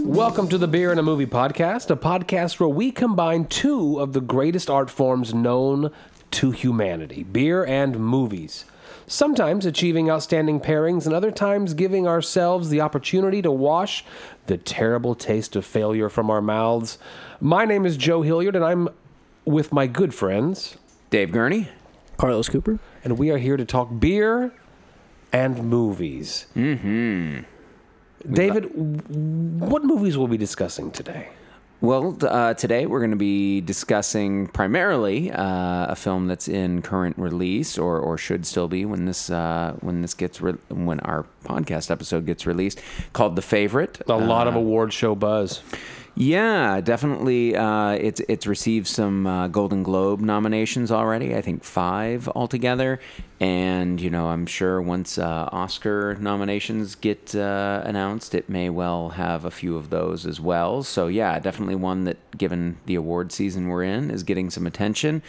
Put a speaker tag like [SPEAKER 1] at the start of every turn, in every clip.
[SPEAKER 1] Welcome to the Beer and a Movie Podcast, a podcast where we combine two of the greatest art forms known to humanity beer and movies. Sometimes achieving outstanding pairings, and other times giving ourselves the opportunity to wash the terrible taste of failure from our mouths. My name is Joe Hilliard, and I'm with my good friends,
[SPEAKER 2] Dave Gurney.
[SPEAKER 3] Carlos Cooper.
[SPEAKER 1] and we are here to talk beer and movies. Mm hmm. David, w- what movies will we be discussing today?
[SPEAKER 2] Well, t- uh, today we're going to be discussing primarily uh, a film that's in current release, or, or should still be when this uh, when this gets re- when our podcast episode gets released, called "The Favorite."
[SPEAKER 1] A lot of
[SPEAKER 2] Uh,
[SPEAKER 1] award show buzz.
[SPEAKER 2] Yeah, definitely. Uh, it's it's received some uh, Golden Globe nominations already. I think five altogether. And you know, I'm sure once uh, Oscar nominations get uh, announced, it may well have a few of those as well. So yeah, definitely one that, given the award season we're in, is getting some attention.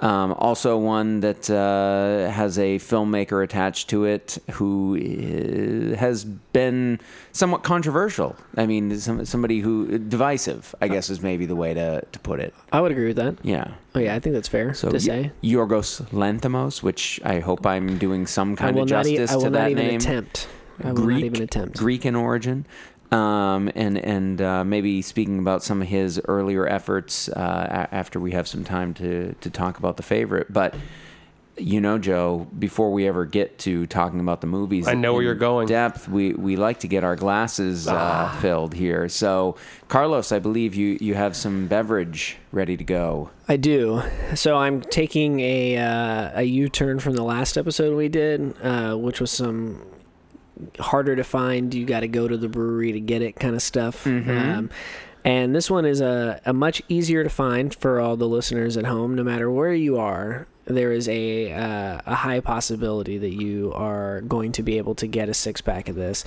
[SPEAKER 2] Um, also, one that uh, has a filmmaker attached to it who uh, has been somewhat controversial. I mean, some, somebody who divisive, I guess, is maybe the way to, to put it.
[SPEAKER 3] I would agree with that.
[SPEAKER 2] Yeah.
[SPEAKER 3] Oh yeah, I think that's fair
[SPEAKER 2] So
[SPEAKER 3] to say.
[SPEAKER 2] Y- Yorgos Lanthimos, which I hope I'm doing some
[SPEAKER 3] I
[SPEAKER 2] kind
[SPEAKER 3] will
[SPEAKER 2] of
[SPEAKER 3] not. E-
[SPEAKER 2] justice
[SPEAKER 3] I will
[SPEAKER 2] to
[SPEAKER 3] not
[SPEAKER 2] that
[SPEAKER 3] even
[SPEAKER 2] name.
[SPEAKER 3] attempt. I will not even attempt.
[SPEAKER 2] Greek in origin. Um, and and uh, maybe speaking about some of his earlier efforts uh, a- after we have some time to, to talk about the favorite. But, you know, Joe, before we ever get to talking about the movies,
[SPEAKER 1] I know where
[SPEAKER 2] in
[SPEAKER 1] you're going. Ah.
[SPEAKER 2] Depth, we, we like to get our glasses uh, filled here. So, Carlos, I believe you, you have some beverage ready to go.
[SPEAKER 3] I do. So I'm taking a uh, a U-turn from the last episode we did, uh, which was some harder to find. You got to go to the brewery to get it kind of stuff. Um, and this one is a, a much easier to find for all the listeners at home, no matter where you are. There is a uh, a high possibility that you are going to be able to get a six pack of this,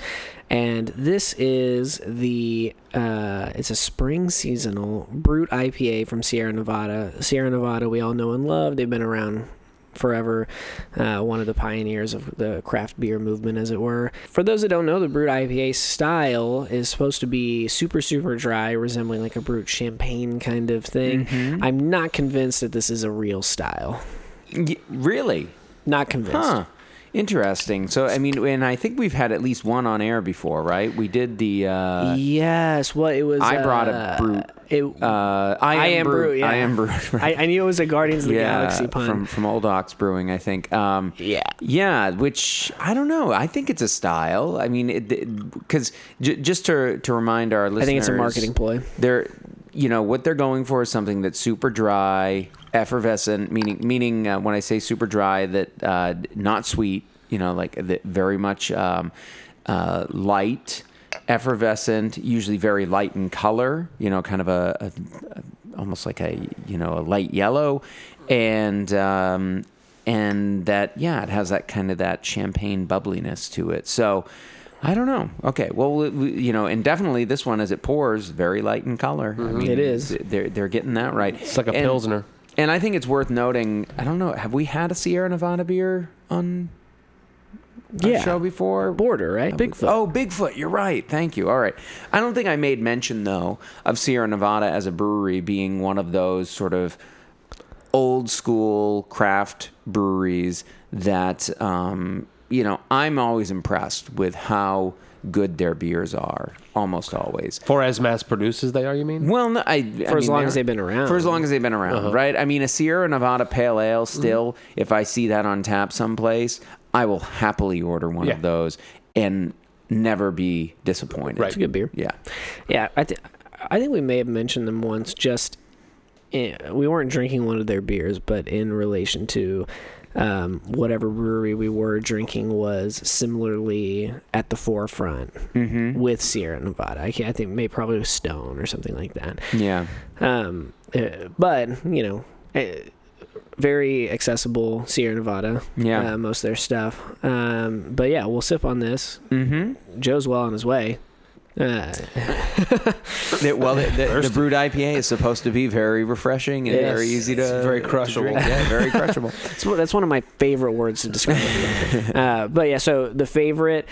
[SPEAKER 3] and this is the uh, it's a spring seasonal brute IPA from Sierra Nevada. Sierra Nevada, we all know and love. They've been around forever uh, one of the pioneers of the craft beer movement as it were for those that don't know the brute ipa style is supposed to be super super dry resembling like a brute champagne kind of thing
[SPEAKER 2] Mm-hmm.
[SPEAKER 3] i'm not convinced that this is a real style
[SPEAKER 2] Y- really?
[SPEAKER 3] not convinced
[SPEAKER 2] Huh. Interesting. So, I mean, and I think we've had at least one on air before, right? We did the. Uh,
[SPEAKER 3] yes what it was
[SPEAKER 2] I brought a
[SPEAKER 3] uh,
[SPEAKER 2] brute.
[SPEAKER 3] it,
[SPEAKER 2] uh, I, am
[SPEAKER 3] I am
[SPEAKER 2] Brew.
[SPEAKER 3] Brew, yeah.
[SPEAKER 2] I am Brew.
[SPEAKER 3] I, I knew it was a guardians of the galaxy pun
[SPEAKER 2] from from Old Ox Brewing, I think. Um,
[SPEAKER 3] Yeah.
[SPEAKER 2] yeah. Which I don't know. I think it's a style. I mean, because j- just to to remind our listeners,
[SPEAKER 3] think it's a marketing ploy.
[SPEAKER 2] They're, you know, what they're going for is something that's super dry, effervescent. Meaning, meaning uh, when I say super dry, that uh, not sweet. You know, like that very much um, uh, light. Effervescent, usually very light in color, you know, kind of a, a, a almost like a you know a light yellow, and um, and that yeah, it has that kind of that champagne bubbliness to it. So I don't know. Okay, well we, we- you know, and definitely this one as it pours, very light in color. I mean,
[SPEAKER 3] It is.
[SPEAKER 2] th- They're they're getting that right.
[SPEAKER 1] Mm-hmm. It's like a
[SPEAKER 2] And-
[SPEAKER 1] Pilsner.
[SPEAKER 2] And I think it's worth noting. I don't know. Have we had a Sierra Nevada beer on our
[SPEAKER 3] yeah
[SPEAKER 2] show before?
[SPEAKER 3] border right bigfoot
[SPEAKER 2] Oh, Bigfoot. You're right. Thank you. All right. I don't think I made mention, though, of Sierra Nevada as a brewery being one of those sort of old school craft breweries that, um, you know, I'm always impressed with how good their beers are, almost always.
[SPEAKER 1] For as mass produced as they are, you mean?
[SPEAKER 2] Well, no, I, for
[SPEAKER 3] as long as they've been around. Uh-huh.
[SPEAKER 2] For as long as they've been around, right? I mean, a Sierra Nevada Pale Ale
[SPEAKER 3] Mm-hmm.
[SPEAKER 2] still, if I see that on tap someplace, I will happily order one
[SPEAKER 1] Yeah.
[SPEAKER 2] of those and never be disappointed.
[SPEAKER 1] Right.
[SPEAKER 3] it's a good beer
[SPEAKER 2] Yeah.
[SPEAKER 3] Yeah, I, th- I think we may have mentioned them once. Just eh, we weren't drinking one of their beers, but in relation to um, whatever brewery we were drinking was similarly at the forefront with Sierra Nevada. I, can't, I think maybe probably with Stone or something like that.
[SPEAKER 2] Yeah.
[SPEAKER 3] Um, eh, but you know, eh, very accessible Sierra Nevada.
[SPEAKER 2] Yeah.
[SPEAKER 3] uh, most of their stuff. Um, but yeah, we'll sip on this. Mm-hmm. Joe's well on his way. Uh,
[SPEAKER 2] They- well, the, the, the brewed IPA is supposed to be very refreshing and
[SPEAKER 3] Yes.
[SPEAKER 2] very easy to
[SPEAKER 1] It's very
[SPEAKER 2] to
[SPEAKER 1] crushable.
[SPEAKER 2] drink. Yeah, very crushable.
[SPEAKER 3] That's one, that's one of my favorite words to describe. it. uh, but yeah, so the favorite,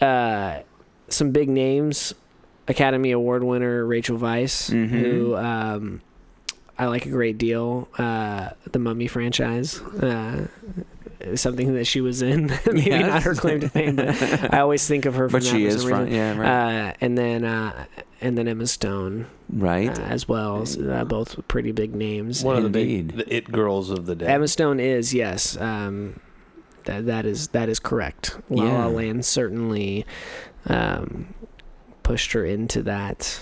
[SPEAKER 3] uh, some big names Academy Award winner Rachel Weisz,
[SPEAKER 2] Mm-hmm.
[SPEAKER 3] who um, I like a great deal. Uh, the Mummy franchise, uh, something that she was in. Maybe not her
[SPEAKER 2] Yes.
[SPEAKER 3] claim to fame, but I always think of her. From
[SPEAKER 2] But
[SPEAKER 3] that
[SPEAKER 2] she
[SPEAKER 3] for
[SPEAKER 2] is
[SPEAKER 3] some
[SPEAKER 2] from-
[SPEAKER 3] reason.
[SPEAKER 2] yeah, right.
[SPEAKER 3] Uh, and then uh, and then Emma Stone
[SPEAKER 2] right?
[SPEAKER 3] uh, as well, s- uh, both pretty big names.
[SPEAKER 1] One of the big
[SPEAKER 2] Indeed.
[SPEAKER 1] the it girls of the day.
[SPEAKER 3] Emma Stone is yes. Um, that that is that is correct. La La
[SPEAKER 2] Yeah.
[SPEAKER 3] Land certainly um, pushed her into that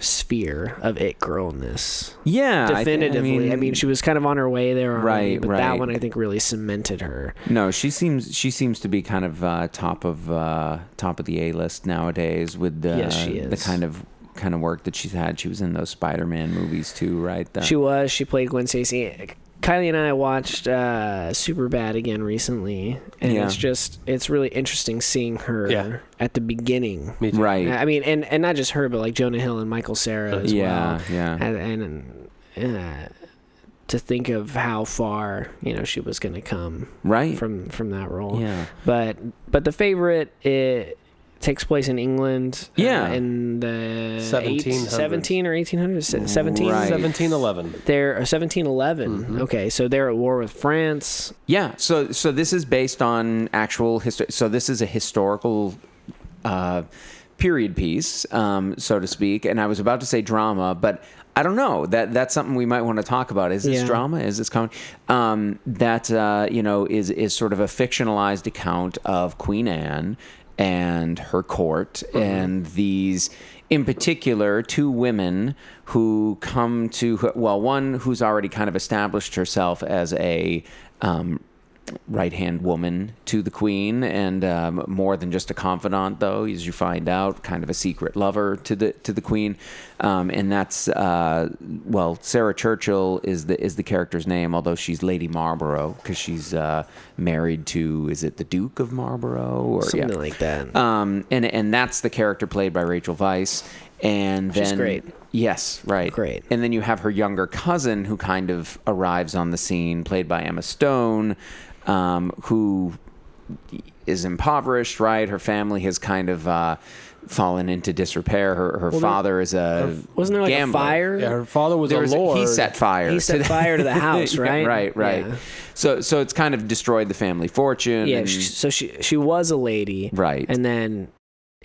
[SPEAKER 3] sphere of it girlness
[SPEAKER 2] yeah, Uh, I thi-
[SPEAKER 3] definitively. I mean, she was kind of on her way there, already,
[SPEAKER 2] Right,
[SPEAKER 3] But that
[SPEAKER 2] right.
[SPEAKER 3] one I think really cemented her.
[SPEAKER 2] No, she seems she seems to be kind of uh, top of uh, top of the A list nowadays with the
[SPEAKER 3] Yes, she
[SPEAKER 2] the
[SPEAKER 3] is.
[SPEAKER 2] kind of kind of work that she's had. She was in those Spider Man movies too, right? The-
[SPEAKER 3] She was. She played Gwen Stacy. Kylie and I watched uh, Super Bad again recently, and
[SPEAKER 2] Yeah.
[SPEAKER 3] it's just it's really interesting seeing her
[SPEAKER 1] Yeah.
[SPEAKER 3] at the beginning.
[SPEAKER 1] Me too.
[SPEAKER 2] right?
[SPEAKER 3] I mean, and and not just her, but like Jonah Hill and Michael Sarah as
[SPEAKER 2] yeah,
[SPEAKER 3] well.
[SPEAKER 2] yeah,
[SPEAKER 3] And, and, uh, to think of how far you know she was going to come
[SPEAKER 2] right.
[SPEAKER 3] from from that role.
[SPEAKER 2] yeah,
[SPEAKER 3] But but the favorite it takes place in England. uh,
[SPEAKER 2] Yeah.
[SPEAKER 3] in the
[SPEAKER 1] 1700s.
[SPEAKER 3] 17 or eighteen hundred seventeen.
[SPEAKER 2] Right.
[SPEAKER 1] Seventeen eleven. Mm-hmm.
[SPEAKER 3] They're or 1711. Okay, so they're at war with France.
[SPEAKER 2] yeah. So so this is based on actual history. So this is a historical. Uh, period piece um, so to speak and i was about to say drama but i don't know that that's something we might want to talk about is this
[SPEAKER 3] Yeah.
[SPEAKER 2] drama drama? Is this comedy? Um, that uh, you know is is sort of a fictionalized account of Queen Anne and her court and these. In particular, two women who come to well, one who's already kind of established herself as a um, right hand woman to the queen, and um, more than just a confidant, though, as you find out, kind of a secret lover to the to the queen, um, and that's uh, well, Sarah Churchill is the is the character's name, although she's Lady Marlborough because she's uh, married to is it the Duke of Marlborough or
[SPEAKER 3] Something
[SPEAKER 2] yeah.
[SPEAKER 3] like that.
[SPEAKER 2] Um, and and that's the character played by Rachel Weisz, and
[SPEAKER 3] She's
[SPEAKER 2] then
[SPEAKER 3] great.
[SPEAKER 2] Yes, right.
[SPEAKER 3] Great.
[SPEAKER 2] And then you have her younger cousin who kind of arrives on the scene, played by Emma Stone, um, who is impoverished. Right, her family has kind of uh, fallen into disrepair. Her her father is a
[SPEAKER 3] Wasn't there like
[SPEAKER 2] gambler.
[SPEAKER 3] a fire?
[SPEAKER 1] Yeah, her father was
[SPEAKER 2] There
[SPEAKER 1] a
[SPEAKER 2] was-
[SPEAKER 1] lord.
[SPEAKER 2] he set fire.
[SPEAKER 3] He set
[SPEAKER 2] to the-
[SPEAKER 3] fire to the house,
[SPEAKER 2] Yeah,
[SPEAKER 3] right?
[SPEAKER 2] right, right.
[SPEAKER 3] Yeah.
[SPEAKER 2] So, so it's kind of destroyed the family fortune.
[SPEAKER 3] Yeah,
[SPEAKER 2] and-
[SPEAKER 3] sh so she she was a lady,
[SPEAKER 2] Right.
[SPEAKER 3] And then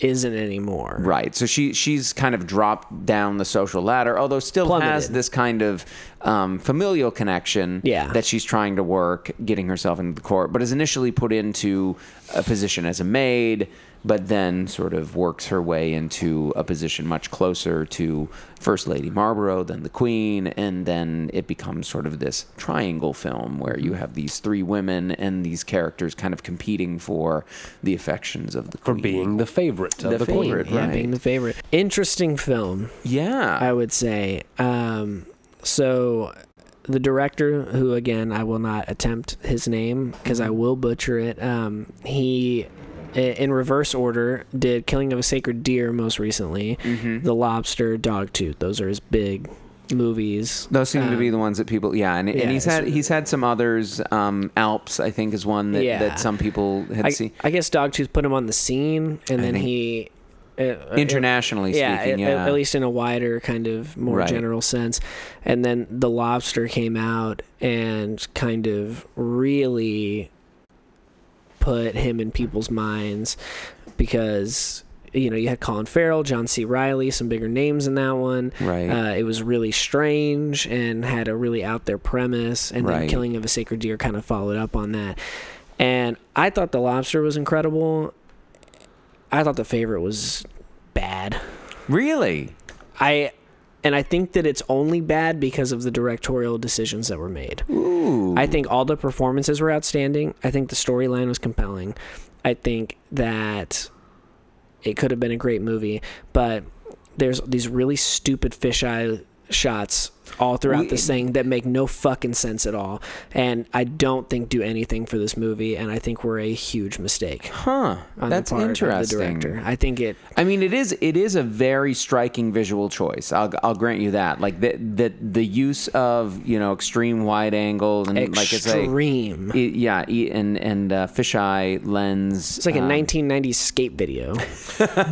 [SPEAKER 3] isn't anymore,
[SPEAKER 2] Right. So she she's kind of dropped down the social ladder, although still has
[SPEAKER 3] Plummeted.
[SPEAKER 2] this kind of um, familial connection
[SPEAKER 3] Yeah.
[SPEAKER 2] that she's trying to work, getting herself into the court, but is initially put into a position as a maid, but then sort of works her way into a position much closer to First Lady Marlborough, then the Queen, and then it becomes sort of this triangle film where you have these three women and these characters kind of competing for the affections of the
[SPEAKER 1] for
[SPEAKER 2] Queen.
[SPEAKER 1] being the favorite of the,
[SPEAKER 2] The
[SPEAKER 1] queen.
[SPEAKER 2] favorite.
[SPEAKER 3] Yeah,
[SPEAKER 2] Right.
[SPEAKER 3] being the favorite. Interesting film,
[SPEAKER 2] yeah.
[SPEAKER 3] I would say. Um, so the director, who again I will not attempt his name because I will butcher it. Um, he, i- in reverse order, did Killing of a Sacred Deer most recently,
[SPEAKER 2] Mm-hmm.
[SPEAKER 3] The Lobster, Dogtooth. Those are his big movies.
[SPEAKER 2] Those seem to be the ones that people, yeah, and,
[SPEAKER 3] um, yeah,
[SPEAKER 2] and he's
[SPEAKER 3] it's-
[SPEAKER 2] had he's had some others. Um, Alps, I think, is one that,
[SPEAKER 3] Yeah.
[SPEAKER 2] that some people had
[SPEAKER 3] I,
[SPEAKER 2] seen
[SPEAKER 3] I guess Dogtooth put him on the scene, and then
[SPEAKER 2] think-
[SPEAKER 3] he. uh, uh,
[SPEAKER 2] internationally speaking.
[SPEAKER 3] at-
[SPEAKER 2] yeah,
[SPEAKER 3] At, least in a wider kind of more
[SPEAKER 2] Right.
[SPEAKER 3] general sense. And then the lobster came out and kind of really put him in people's minds because you know you had Colin Farrell, John C. Riley, some bigger names in that one.
[SPEAKER 2] Right.
[SPEAKER 3] Uh, it was really strange and had a really out there premise, and then
[SPEAKER 2] Right.
[SPEAKER 3] Killing of a Sacred Deer kind of followed up on that. And I thought the lobster was incredible. I thought the favorite was bad.
[SPEAKER 2] really.
[SPEAKER 3] I and I think that it's only bad because of the directorial decisions that were made.
[SPEAKER 2] Ooh,
[SPEAKER 3] I think all the performances were outstanding. I think the storyline was compelling. I think that it could have been a great movie, but there's these really stupid fisheye shots all throughout
[SPEAKER 2] We-
[SPEAKER 3] this thing that make no fucking sense at all, and I don't think do anything for this movie, and I think we're a huge mistake.
[SPEAKER 2] Huh.
[SPEAKER 3] On
[SPEAKER 2] That's
[SPEAKER 3] the part
[SPEAKER 2] interesting.
[SPEAKER 3] Of the director, I think it.
[SPEAKER 2] I mean, it is it is a very striking visual choice. I'll, I'll grant you that. Like the the the use of you know extreme wide angle and like it's a
[SPEAKER 3] Extreme.
[SPEAKER 2] it- yeah e- and and uh, fisheye lens.
[SPEAKER 3] It's like a
[SPEAKER 2] um,
[SPEAKER 3] 1990s skate video.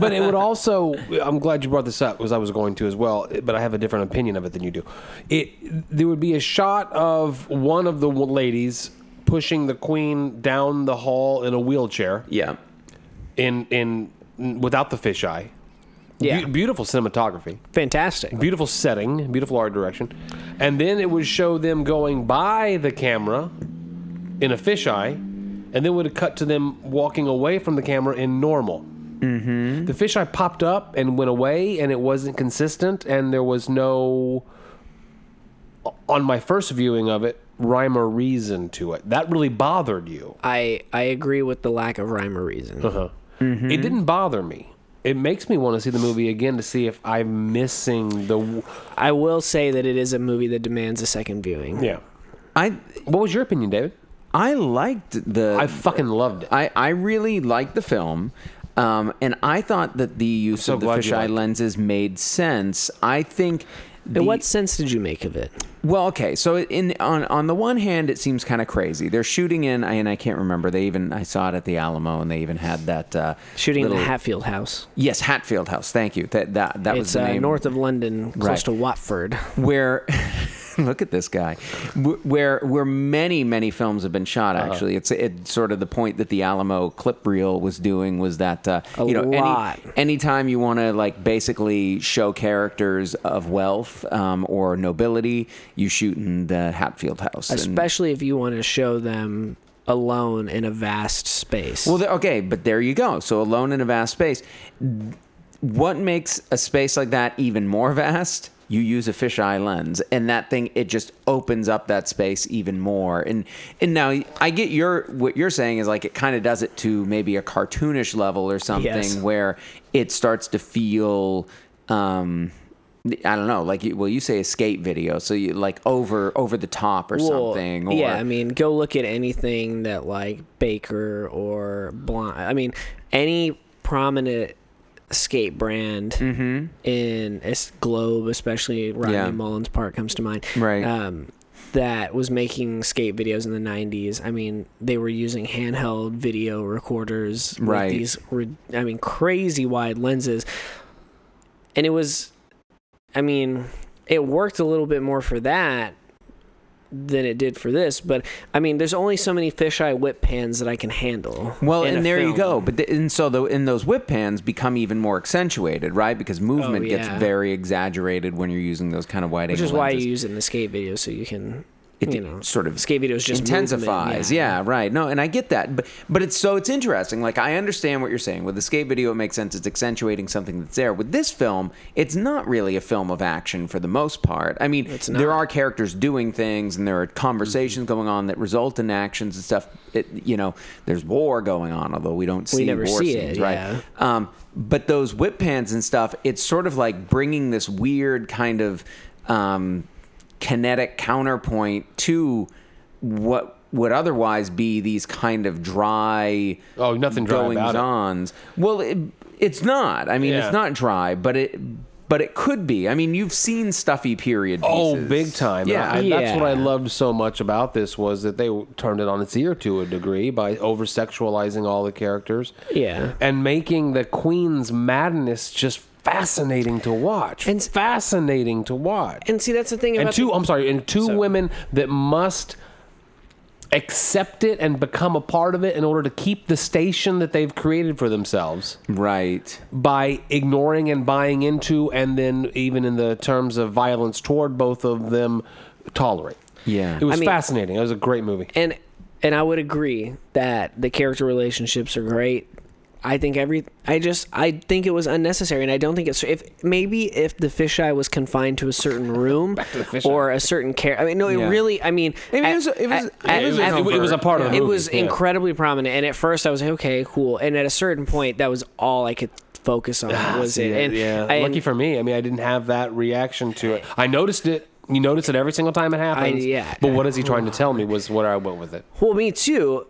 [SPEAKER 1] but it would also i'm glad you brought this up because i was going to as well but i have a different opinion of it than you do it there would be a shot of one of the w- ladies pushing the queen down the hall in a wheelchair
[SPEAKER 2] yeah.
[SPEAKER 1] in in without the fisheye
[SPEAKER 3] Yeah.
[SPEAKER 1] Beau- beautiful cinematography
[SPEAKER 3] Fantastic.
[SPEAKER 1] beautiful setting beautiful art direction and then it would show them going by the camera in a fisheye and then would cut to them walking away from the camera in normal the fisheye popped up and went away and it wasn't consistent and there was no on my first viewing of it rhyme or reason to it that really bothered you
[SPEAKER 3] I I agree with the lack of rhyme or reason.
[SPEAKER 1] uh-huh. it didn't bother me it makes me want to see the movie again to see if i'm missing the
[SPEAKER 3] I will say that it is a movie that demands a second viewing.
[SPEAKER 1] yeah
[SPEAKER 2] I
[SPEAKER 1] what was your opinion david
[SPEAKER 2] I liked the
[SPEAKER 1] i fucking loved it
[SPEAKER 2] I, I really liked the film. Um, and I thought that the use
[SPEAKER 1] so
[SPEAKER 2] of the
[SPEAKER 1] glad you liked
[SPEAKER 2] fisheye
[SPEAKER 1] it.
[SPEAKER 2] lenses made sense. I think. the-
[SPEAKER 3] In what sense did you make of it?
[SPEAKER 2] Well, okay. So in on on the one hand, it seems kind of crazy. They're shooting in, and I can't remember. They even I saw it at the Alamo, and they even had that uh,
[SPEAKER 3] Shooting in
[SPEAKER 2] little-
[SPEAKER 3] the Hatfield House.
[SPEAKER 2] Yes, Hatfield House. Thank you. That that that was
[SPEAKER 3] It's
[SPEAKER 2] the
[SPEAKER 3] uh,
[SPEAKER 2] name.
[SPEAKER 3] north of London, close
[SPEAKER 2] Right.
[SPEAKER 3] to Watford.
[SPEAKER 2] where look at this guy Wh- where where many many films have been shot
[SPEAKER 3] Uh-huh.
[SPEAKER 2] actually it's it's sort of the point that the alamo clip reel was doing was that uh,
[SPEAKER 3] A
[SPEAKER 2] you know
[SPEAKER 3] lot.
[SPEAKER 2] any anytime you want to like basically show characters of wealth um, or nobility you shoot in the hatfield house And-
[SPEAKER 3] Especially if you want to show them alone in a vast space.
[SPEAKER 2] Well, there- okay, but there you go. So alone in a vast space. What makes a space like that even more vast? You use a fisheye lens, and that thing it just opens up that space even more. And and now I get your what you're saying is like it kind of does it to maybe a cartoonish level or something
[SPEAKER 3] Yes.
[SPEAKER 2] where it starts to feel. Um, I don't know, like you, well, you say a skate video, so you like over over the top or
[SPEAKER 3] Well,
[SPEAKER 2] something. Or,
[SPEAKER 3] yeah, I mean, go look at anything that like Baker or Blonde. I mean, any prominent skate brand in es- Globe, especially Rodney
[SPEAKER 2] Mm-hmm. Yeah.
[SPEAKER 3] Mullins Park comes to mind.
[SPEAKER 2] Right.
[SPEAKER 3] Um, that was making skate videos in the 90s. I mean, they were using handheld video recorders
[SPEAKER 2] Right.
[SPEAKER 3] with these, rid- I mean, crazy wide lenses. And it was, I mean, it worked a little bit more for that than it did for this. But I mean, there's only so many fisheye whip pans that I can handle.
[SPEAKER 2] Well,
[SPEAKER 3] in
[SPEAKER 2] and
[SPEAKER 3] a
[SPEAKER 2] there you
[SPEAKER 3] film.
[SPEAKER 2] go. But the, and so the, and those whip pans become even more accentuated, right? Because movement
[SPEAKER 3] Oh, yeah.
[SPEAKER 2] gets very exaggerated when you're using those kind of wide
[SPEAKER 3] which
[SPEAKER 2] angle
[SPEAKER 3] is why
[SPEAKER 2] lenses.
[SPEAKER 3] you use it in the skate video, so you can
[SPEAKER 2] It
[SPEAKER 3] you know
[SPEAKER 2] sort of
[SPEAKER 3] skate videos just movement,
[SPEAKER 2] intensifies. yeah. right. No, and I get that, but but it's so it's interesting. Like I understand what you're saying. With the skate video, it makes sense. It's accentuating something that's there. With this film, it's not really a film of action for the most part. I mean,
[SPEAKER 3] It's
[SPEAKER 2] there
[SPEAKER 3] not. Mm-hmm.
[SPEAKER 2] are characters doing things, and there are conversations going on that result in actions and stuff. It, you know, there's war going on, although we don't see
[SPEAKER 3] never
[SPEAKER 2] war
[SPEAKER 3] see it,
[SPEAKER 2] scenes,
[SPEAKER 3] yeah.
[SPEAKER 2] right? Um, but those whip pans and stuff, it's sort of like bringing this weird kind of um, kinetic counterpoint to what would otherwise be these kind of dry
[SPEAKER 1] Oh, nothing dry
[SPEAKER 2] goings
[SPEAKER 1] about it.
[SPEAKER 2] ons. Well, it, it's not. I mean,
[SPEAKER 1] Yeah.
[SPEAKER 2] it's not dry, but it but it could be. I mean, you've seen stuffy period pieces.
[SPEAKER 1] Oh, big time!
[SPEAKER 2] Yeah.
[SPEAKER 1] I, that's what I
[SPEAKER 3] Yeah.
[SPEAKER 1] loved so much about this was that they turned it on its ear to a degree by over sexualizing all the characters,
[SPEAKER 3] Yeah.
[SPEAKER 1] and making the queen's madness just fascinating to watch.
[SPEAKER 3] And-
[SPEAKER 1] It's fascinating to watch.
[SPEAKER 3] And see, that's the thing about
[SPEAKER 1] And
[SPEAKER 3] the-
[SPEAKER 1] two, I'm sorry, and two
[SPEAKER 3] So-
[SPEAKER 1] women that must accept it and become a part of it in order to keep the station that they've created for themselves
[SPEAKER 2] Right.
[SPEAKER 1] by ignoring and buying into, and then even in the terms of violence toward both of them, tolerate.
[SPEAKER 2] Yeah.
[SPEAKER 1] It was
[SPEAKER 3] I mean-
[SPEAKER 1] fascinating. It was a great movie.
[SPEAKER 3] and and I would agree that the character relationships are great. I think every I just I think it was unnecessary, and I don't think it's if maybe if the fisheye was confined to a certain room
[SPEAKER 1] fisheye.
[SPEAKER 3] or a certain care. I mean, no, it
[SPEAKER 2] Yeah.
[SPEAKER 3] really. I mean,
[SPEAKER 2] I mean, it
[SPEAKER 3] at-
[SPEAKER 2] was- it was-
[SPEAKER 3] at-
[SPEAKER 2] it was
[SPEAKER 3] at-
[SPEAKER 2] an overt- It was a
[SPEAKER 1] part of the
[SPEAKER 3] It
[SPEAKER 1] movie,
[SPEAKER 3] was
[SPEAKER 1] yeah.
[SPEAKER 3] incredibly prominent, and at first I was like, okay, cool, and at a certain point that was all I could focus on was
[SPEAKER 1] See,
[SPEAKER 2] Ah,
[SPEAKER 3] it. And
[SPEAKER 1] yeah.
[SPEAKER 3] Ah, and-
[SPEAKER 1] Lucky for me, I mean, I didn't have that reaction to it. I noticed it. You notice it every single time it happens.
[SPEAKER 3] yeah.
[SPEAKER 1] But what is he trying to tell me? Was where I went with it.
[SPEAKER 3] Well, me too.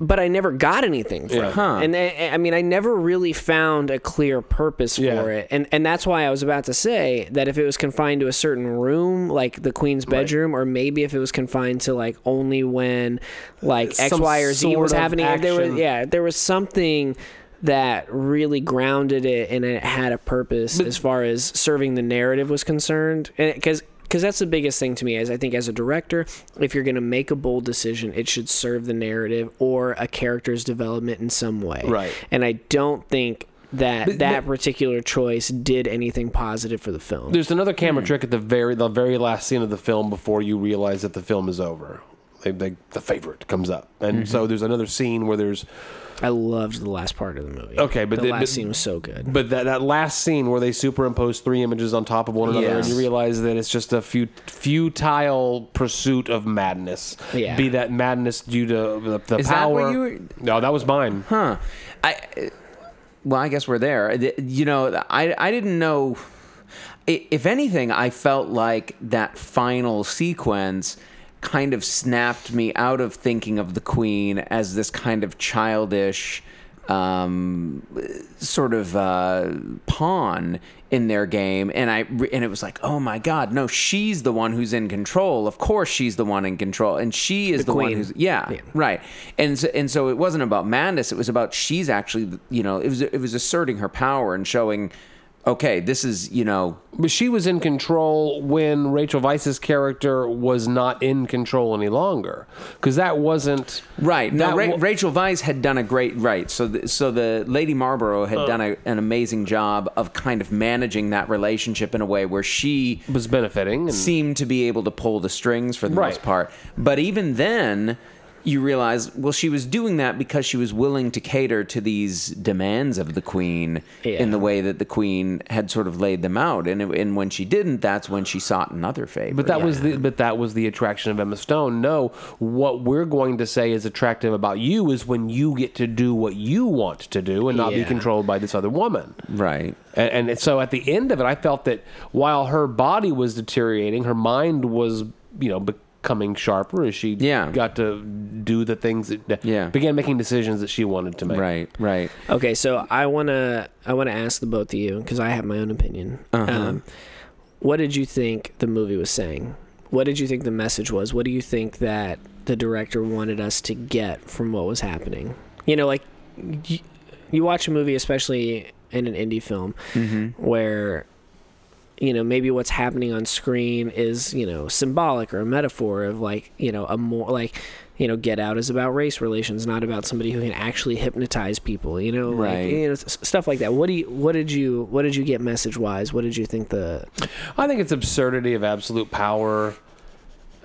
[SPEAKER 3] But I never got anything from
[SPEAKER 1] Yeah.
[SPEAKER 3] it.
[SPEAKER 2] Huh.
[SPEAKER 3] And I, I mean, I never really found a clear purpose
[SPEAKER 1] Yeah.
[SPEAKER 3] for it. And and that's why I was about to say that if it was confined to a certain room, like the queen's bedroom, or maybe if it was confined to like only when like X,
[SPEAKER 1] Some
[SPEAKER 3] Y, or Z
[SPEAKER 1] sort
[SPEAKER 3] was
[SPEAKER 1] of
[SPEAKER 3] happening, if there was
[SPEAKER 1] action.
[SPEAKER 3] yeah, if there was something that really grounded it and it had a purpose as far as serving the narrative was concerned. And because because that's the biggest thing to me is I think as a director, if you're going to make a bold decision, it should serve the narrative or a character's development in some way.
[SPEAKER 1] Right.
[SPEAKER 3] And I don't think that
[SPEAKER 1] But-
[SPEAKER 3] that particular choice did anything positive for the film.
[SPEAKER 1] There's another camera trick at the very the very last scene of the film before you realize that the film is over. They, they, the favorite comes up, and so there's another scene where there's
[SPEAKER 3] I loved the last part of the movie.
[SPEAKER 1] Okay, but
[SPEAKER 3] the
[SPEAKER 1] the-
[SPEAKER 3] last
[SPEAKER 1] but-
[SPEAKER 3] scene was so good.
[SPEAKER 1] But that, that last scene where they superimpose three images on top of one another,
[SPEAKER 2] Yes.
[SPEAKER 1] and you realize that it's just a fut- futile pursuit of madness.
[SPEAKER 3] Yeah.
[SPEAKER 1] Be that madness due to the, the
[SPEAKER 2] Is that
[SPEAKER 1] power.
[SPEAKER 2] what you were-
[SPEAKER 1] No, that was mine.
[SPEAKER 2] Huh. I. uh, Well, I guess we're there. Th- You know, I I didn't know. i- If anything, I felt like that final sequence kind of snapped me out of thinking of the Queen as this kind of childish. Um, sort of uh, pawn in their game, and I re- and it was like, oh my god, no, she's the one who's in control. Of course, she's the one in control, and she is the, one
[SPEAKER 3] queen.
[SPEAKER 2] who's yeah,
[SPEAKER 3] Yeah.
[SPEAKER 2] right. And so, and so it wasn't about madness. It was about she's actually you know it was it was asserting her power and showing, okay, this is you know
[SPEAKER 1] But she was in control when Rachel Vice's character was not in control any longer, because that wasn't
[SPEAKER 2] Right. Now,
[SPEAKER 1] That
[SPEAKER 2] Ra-
[SPEAKER 1] wa-
[SPEAKER 2] Rachel Weisz had done a great right. So, the, so the Lady Marlborough had done a, an amazing job of kind of managing that relationship in a way where she
[SPEAKER 1] was benefiting. And,
[SPEAKER 2] seemed to be able to pull the strings for the
[SPEAKER 1] Right.
[SPEAKER 2] most part. But even then, you realize, well, she was doing that because she was willing to cater to these demands of the queen
[SPEAKER 3] Yeah.
[SPEAKER 2] in the way that the queen had sort of laid them out. And, it, and when she didn't, that's when she sought another favor.
[SPEAKER 1] But that was the but that was the attraction of Emma Stone. No, what we're going to say is attractive about you is when you get to do what you want to do and not be
[SPEAKER 3] Yeah.
[SPEAKER 1] controlled by this other woman.
[SPEAKER 2] right.
[SPEAKER 1] And, and it- so at the end of it, I felt that while her body was deteriorating, her mind was you know becoming sharper as she
[SPEAKER 2] Yeah.
[SPEAKER 1] got to do the things that that
[SPEAKER 2] Yeah.
[SPEAKER 1] began making decisions that she wanted to make.
[SPEAKER 2] Right, right.
[SPEAKER 3] Okay, so I wanna I wanna ask the both of you because I have my own opinion.
[SPEAKER 1] Uh-huh.
[SPEAKER 3] Um, what did you think the movie was saying? What did you think the message was? What do you think that the director wanted us to get from what was happening? You know, like you, you watch a movie, especially in an indie film, where you know maybe what's happening on screen is you know symbolic or a metaphor of like you know a more like you know get out is about race relations not about somebody who can actually hypnotize people you know like,
[SPEAKER 2] Right.
[SPEAKER 3] you know s- stuff like that what do you what did you what did you get message wise what did you think the
[SPEAKER 1] I think its absurdity of absolute power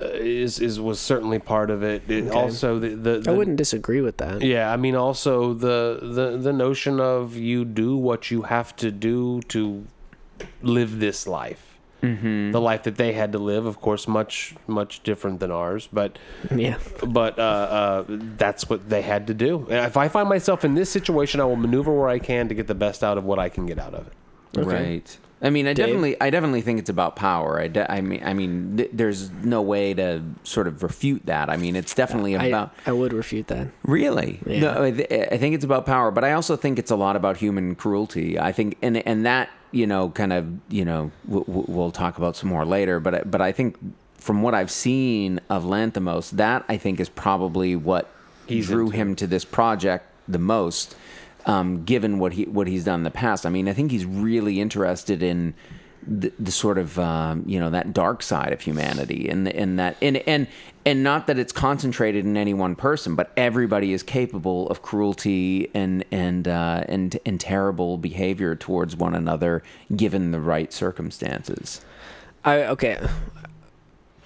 [SPEAKER 1] uh, is is was certainly part of it. It Also, the, the,
[SPEAKER 3] i
[SPEAKER 1] the
[SPEAKER 3] wouldn't disagree with that
[SPEAKER 1] Yeah, I mean, also the the the notion of you do what you have to do to live this life. Mm-hmm. The life that they had to live, of course, much much different than ours, but
[SPEAKER 3] yeah
[SPEAKER 1] but uh, uh, that's what they had to do. And If I find myself in this situation, I will maneuver where I can to get the best out of what I can get out of it.
[SPEAKER 2] Right. I mean, I definitely, I definitely think it's about power. I, de- I mean, I mean, th- there's no way to sort of refute that. I mean, it's definitely
[SPEAKER 3] I,
[SPEAKER 2] about
[SPEAKER 3] I would refute that
[SPEAKER 2] really.
[SPEAKER 3] Yeah.
[SPEAKER 2] No, I, th- I think it's about power, but I also think it's a lot about human cruelty. I think, and and that you know, kind of, you know, w- w- we'll talk about some more later. But I- but I think from what I've seen of Lanthimos, that I think is probably what drew him to this project the most. Um, given what he what he's done in the past, I mean, I think he's really interested in the, the sort of um, you know that dark side of humanity and and that and and and not that it's concentrated in any one person but everybody is capable of cruelty and and uh, and and terrible behavior towards one another given the right circumstances
[SPEAKER 3] I okay.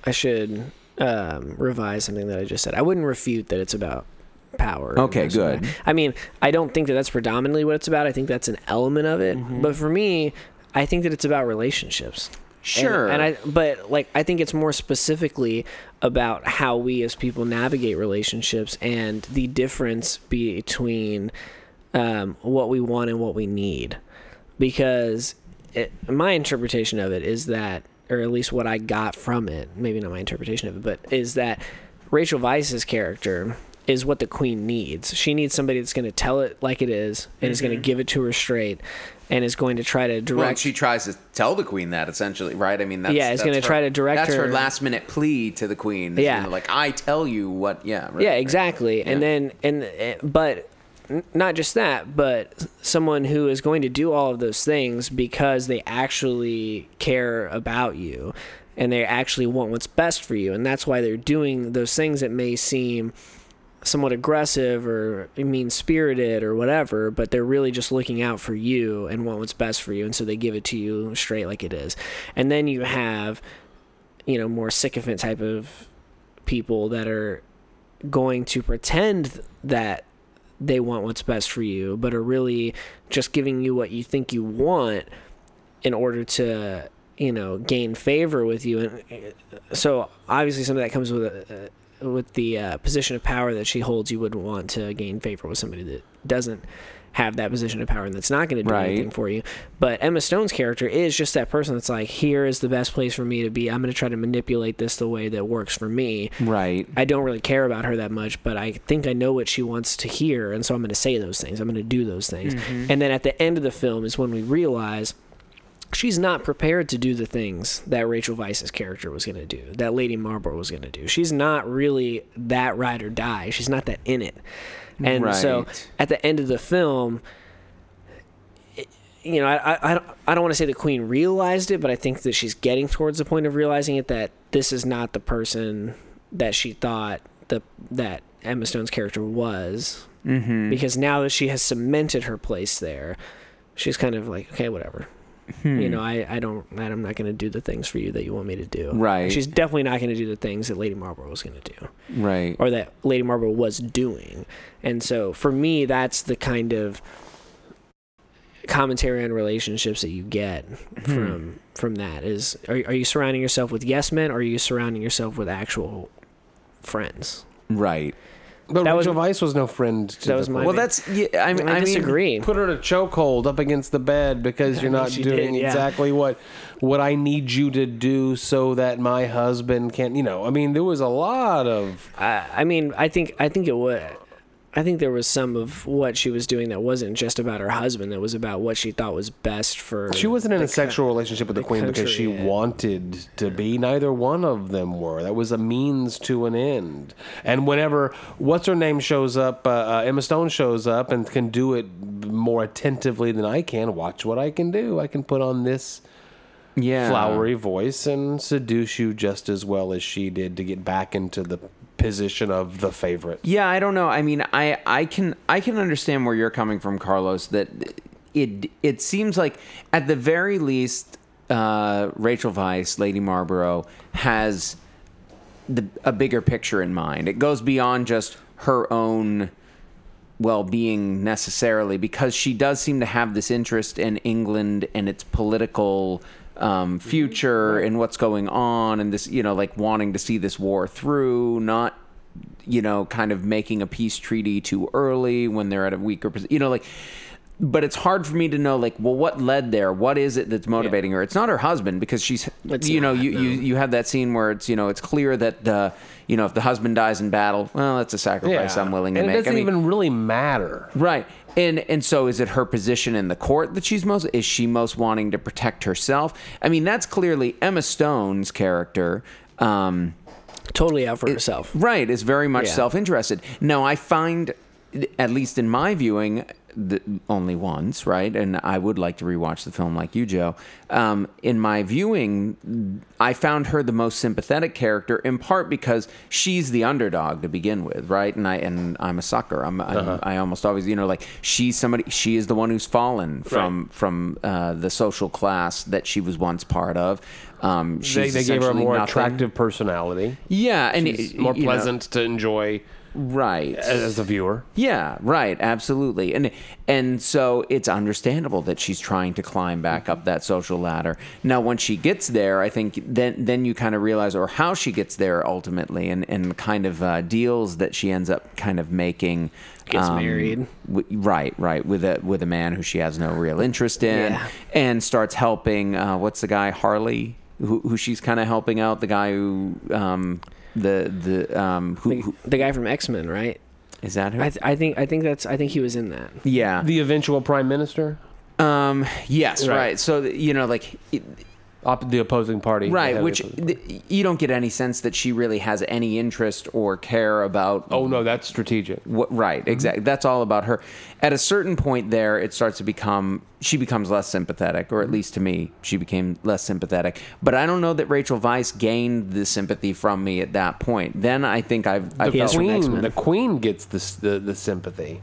[SPEAKER 3] I should um, revise something that I just said. I wouldn't refute that it's about power.
[SPEAKER 2] Okay,
[SPEAKER 3] And that's-
[SPEAKER 2] good.
[SPEAKER 3] I mean, I don't think that that's predominantly what it's about. I think that's an element of it.
[SPEAKER 2] Mm-hmm.
[SPEAKER 3] But for me, I think that it's about relationships. And-
[SPEAKER 2] sure
[SPEAKER 3] And, I but like I think it's more specifically about how we as people navigate relationships and the difference between um, what we want and what we need. Because it, my interpretation of it is that or at least what I got from it, maybe not my interpretation of it, but is that Rachel Vice's character is what the queen needs. She needs somebody that's going to tell it like it is and is going to give it to her straight and is going to try to direct
[SPEAKER 2] Well, and she tries to tell the queen that essentially, right? I mean, that's,
[SPEAKER 3] Yeah, it's
[SPEAKER 2] that's
[SPEAKER 3] gonna try
[SPEAKER 2] her-
[SPEAKER 3] to direct
[SPEAKER 2] That's her,
[SPEAKER 3] her-
[SPEAKER 2] last minute plea to the queen. It's
[SPEAKER 3] Yeah.
[SPEAKER 2] gonna, like I tell you what. Yeah, right,
[SPEAKER 3] yeah
[SPEAKER 2] right.
[SPEAKER 3] exactly and
[SPEAKER 2] Yeah.
[SPEAKER 3] then and eh, but n- not just that but someone who is going to do all of those things because they actually care about you and they actually want what's best for you and that's why they're doing those things that may seem somewhat aggressive or mean spirited or whatever, but they're really just looking out for you and want what's best for you. And so they give it to you straight like it is. And then you have, you know, more sycophant type of people that are going to pretend that they want what's best for you, but are really just giving you what you think you want in order to, you know, gain favor with you. And uh, so obviously, some of that comes with a, uh, with the uh, position of power that she holds. You would want to gain favor with somebody that doesn't have that position of power and that's not going to do
[SPEAKER 2] Right.
[SPEAKER 3] anything for you. But Emma Stone's character is just that person that's like, here is the best place for me to be. I'm going to try to manipulate this the way that works for me.
[SPEAKER 2] Right.
[SPEAKER 3] I don't really care about her that much, but I think I know what she wants to hear, and so I'm going to say those things. I'm going to do those things. And then at the end of the film is when we realize she's not prepared to do the things that Rachel Vice's character was going to do, that Lady Marlborough was going to do. She's not really that ride or die. She's not that in it. And so
[SPEAKER 2] Right.
[SPEAKER 3] at the end of the film, it- you know, I, I- I, don't- I don't want to say the queen realized it, but I think that she's getting towards the point of realizing it that this is not the person that she thought the that Emma Stone's character was. Mm-hmm. Because now that she has cemented her place there, she's kind of like, okay, whatever. You know, I, I don't, I'm not going to do the things for you that you want me to do.
[SPEAKER 2] Right.
[SPEAKER 3] She's definitely not going to do the things that Lady Marlborough was going to do
[SPEAKER 2] Right.
[SPEAKER 3] or that Lady Marlborough was doing. And so for me, that's the kind of commentary on relationships that you get from from that is are, are you surrounding yourself with yes men or are you surrounding yourself with actual friends
[SPEAKER 2] Right.
[SPEAKER 1] But
[SPEAKER 3] That was-
[SPEAKER 1] Rachel Vice was no friend. To
[SPEAKER 3] That
[SPEAKER 1] the
[SPEAKER 3] was my-
[SPEAKER 1] queen.
[SPEAKER 2] Well, that's. Yeah, I mean,
[SPEAKER 3] i,
[SPEAKER 2] I, mean,
[SPEAKER 3] disagree
[SPEAKER 1] put her in a chokehold up against the bed because you're not
[SPEAKER 3] She
[SPEAKER 1] doing
[SPEAKER 3] did, yeah.
[SPEAKER 1] exactly what what I need you to do so that my husband can you know I mean there was a lot of
[SPEAKER 3] I, I mean i think i think it was i think there was some of what she was doing that wasn't just about her husband that was about what she thought was best for
[SPEAKER 1] she wasn't in a sexual relationship with the, queen because
[SPEAKER 3] country,
[SPEAKER 1] she
[SPEAKER 3] yeah.
[SPEAKER 1] wanted to be neither one of them were that was a means to an end and whenever what's her name shows up uh, uh, Emma Stone shows up and can do it more attentively than I can watch what I can do I can put on this
[SPEAKER 2] yeah.
[SPEAKER 1] flowery voice and seduce you just as well as she did to get back into the position of the favorite.
[SPEAKER 2] Yeah, I don't know. I mean, I I can I can understand where you're coming from, Carlos. That it it seems like at the very least, uh, Rachel Vice, Lady Marlborough has the, a bigger picture in mind. It goes beyond just her own well-being necessarily because she does seem to have this interest in England and its political um,
[SPEAKER 1] Mm-hmm.
[SPEAKER 2] future and what's going on and this you know like wanting to see this war through not you know kind of making a peace treaty too early when they're at a weaker position you know like but it's hard for me to know like well what led there what is it that's motivating her it's not her husband because she's
[SPEAKER 3] It's
[SPEAKER 2] you know
[SPEAKER 3] not,
[SPEAKER 2] you, you you have that scene where it's you know it's clear that the you know if the husband dies in battle well that's a sacrifice i'm willing to
[SPEAKER 1] and
[SPEAKER 2] make
[SPEAKER 1] it doesn't
[SPEAKER 2] I mean,
[SPEAKER 1] even really matter.
[SPEAKER 2] Right. And and so is it her position in the court that she's most is she most wanting to protect herself? I mean, that's clearly Emma Stone's character. Um,
[SPEAKER 3] totally out for herself
[SPEAKER 2] right, is very much
[SPEAKER 3] Yeah.
[SPEAKER 2] self-interested. Now, I find at least in my viewing the, only once, right? And I would like to rewatch the film like you, Joe. Um, in my viewing, I found her the most sympathetic character in part because she's the underdog to begin with, right? And I and I'm a sucker. I'm, I'm
[SPEAKER 1] Uh-huh.
[SPEAKER 2] I almost always, you know, like she's somebody. She is the one who's fallen from from uh, the social class that she was once part of. Um, she's
[SPEAKER 1] They, they gave her a
[SPEAKER 2] essentially
[SPEAKER 1] more
[SPEAKER 2] nothing.
[SPEAKER 1] attractive personality,
[SPEAKER 2] yeah, and
[SPEAKER 1] It's
[SPEAKER 2] it-
[SPEAKER 1] more
[SPEAKER 2] you know,
[SPEAKER 1] pleasant to enjoy
[SPEAKER 2] right?
[SPEAKER 1] as, as a viewer.
[SPEAKER 2] Yeah, right, absolutely. And and so it's understandable that she's trying to climb back up that social ladder. Now once she gets there, I think then then you kind of realize or how she gets there ultimately and and the kind of uh, deals that she ends up kind of making um,
[SPEAKER 3] Gets married.
[SPEAKER 2] w- right, right, with a with a man who she has no real interest in
[SPEAKER 3] Yeah.
[SPEAKER 2] and starts helping uh, what's the guy Harley who, who she's kind of helping out. The guy who um, the the um, who,
[SPEAKER 3] The,
[SPEAKER 2] who
[SPEAKER 3] the guy from X Men, right?
[SPEAKER 2] is that? Who?
[SPEAKER 3] I, th- I think I think that's I think he was in that.
[SPEAKER 2] yeah.
[SPEAKER 1] The eventual prime minister,
[SPEAKER 2] um. Yes.
[SPEAKER 1] Right.
[SPEAKER 2] Right. So th- you know, like. It,
[SPEAKER 1] op- the opposing party,
[SPEAKER 2] Right,
[SPEAKER 1] Yeah,
[SPEAKER 2] which
[SPEAKER 1] the opposing-
[SPEAKER 2] th- you don't get any sense that she really has any interest or care about
[SPEAKER 1] oh Mm-hmm. no, that's strategic.
[SPEAKER 2] What, right, exactly. That's all about her. At a certain point, there it starts to become she becomes less sympathetic,
[SPEAKER 1] Mm-hmm.
[SPEAKER 2] or at least to me, she became less sympathetic. But I don't know that Rachel Weisz gained the sympathy from me at that point. Then I think I've, I
[SPEAKER 1] The
[SPEAKER 2] felt
[SPEAKER 1] queen, the queen gets the, s- the the sympathy.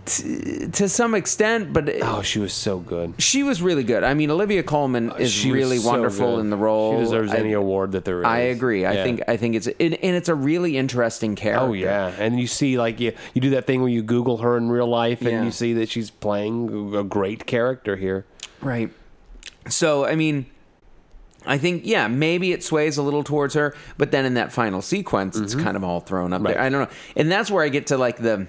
[SPEAKER 2] to some extent, but.
[SPEAKER 1] Oh, she was so good.
[SPEAKER 2] she was really good. I mean, Olivia Colman is
[SPEAKER 1] Uh, She was
[SPEAKER 2] really
[SPEAKER 1] so
[SPEAKER 2] wonderful
[SPEAKER 1] good.
[SPEAKER 2] in the role.
[SPEAKER 1] She deserves
[SPEAKER 2] I,
[SPEAKER 1] any award that there is.
[SPEAKER 2] I agree. I
[SPEAKER 1] Yeah.
[SPEAKER 2] think I think it's and, and it's a really interesting character.
[SPEAKER 1] Oh yeah, and you see like you you do that thing where you Google her in real life, and
[SPEAKER 2] Yeah.
[SPEAKER 1] you see that she's playing a great character here.
[SPEAKER 2] Right. So, I mean, I think, yeah, maybe it sways a little towards her, but then in that final sequence, it's kind of all thrown up there.
[SPEAKER 1] Mm-hmm. Right.
[SPEAKER 2] I don't know. And that's where I get to like the,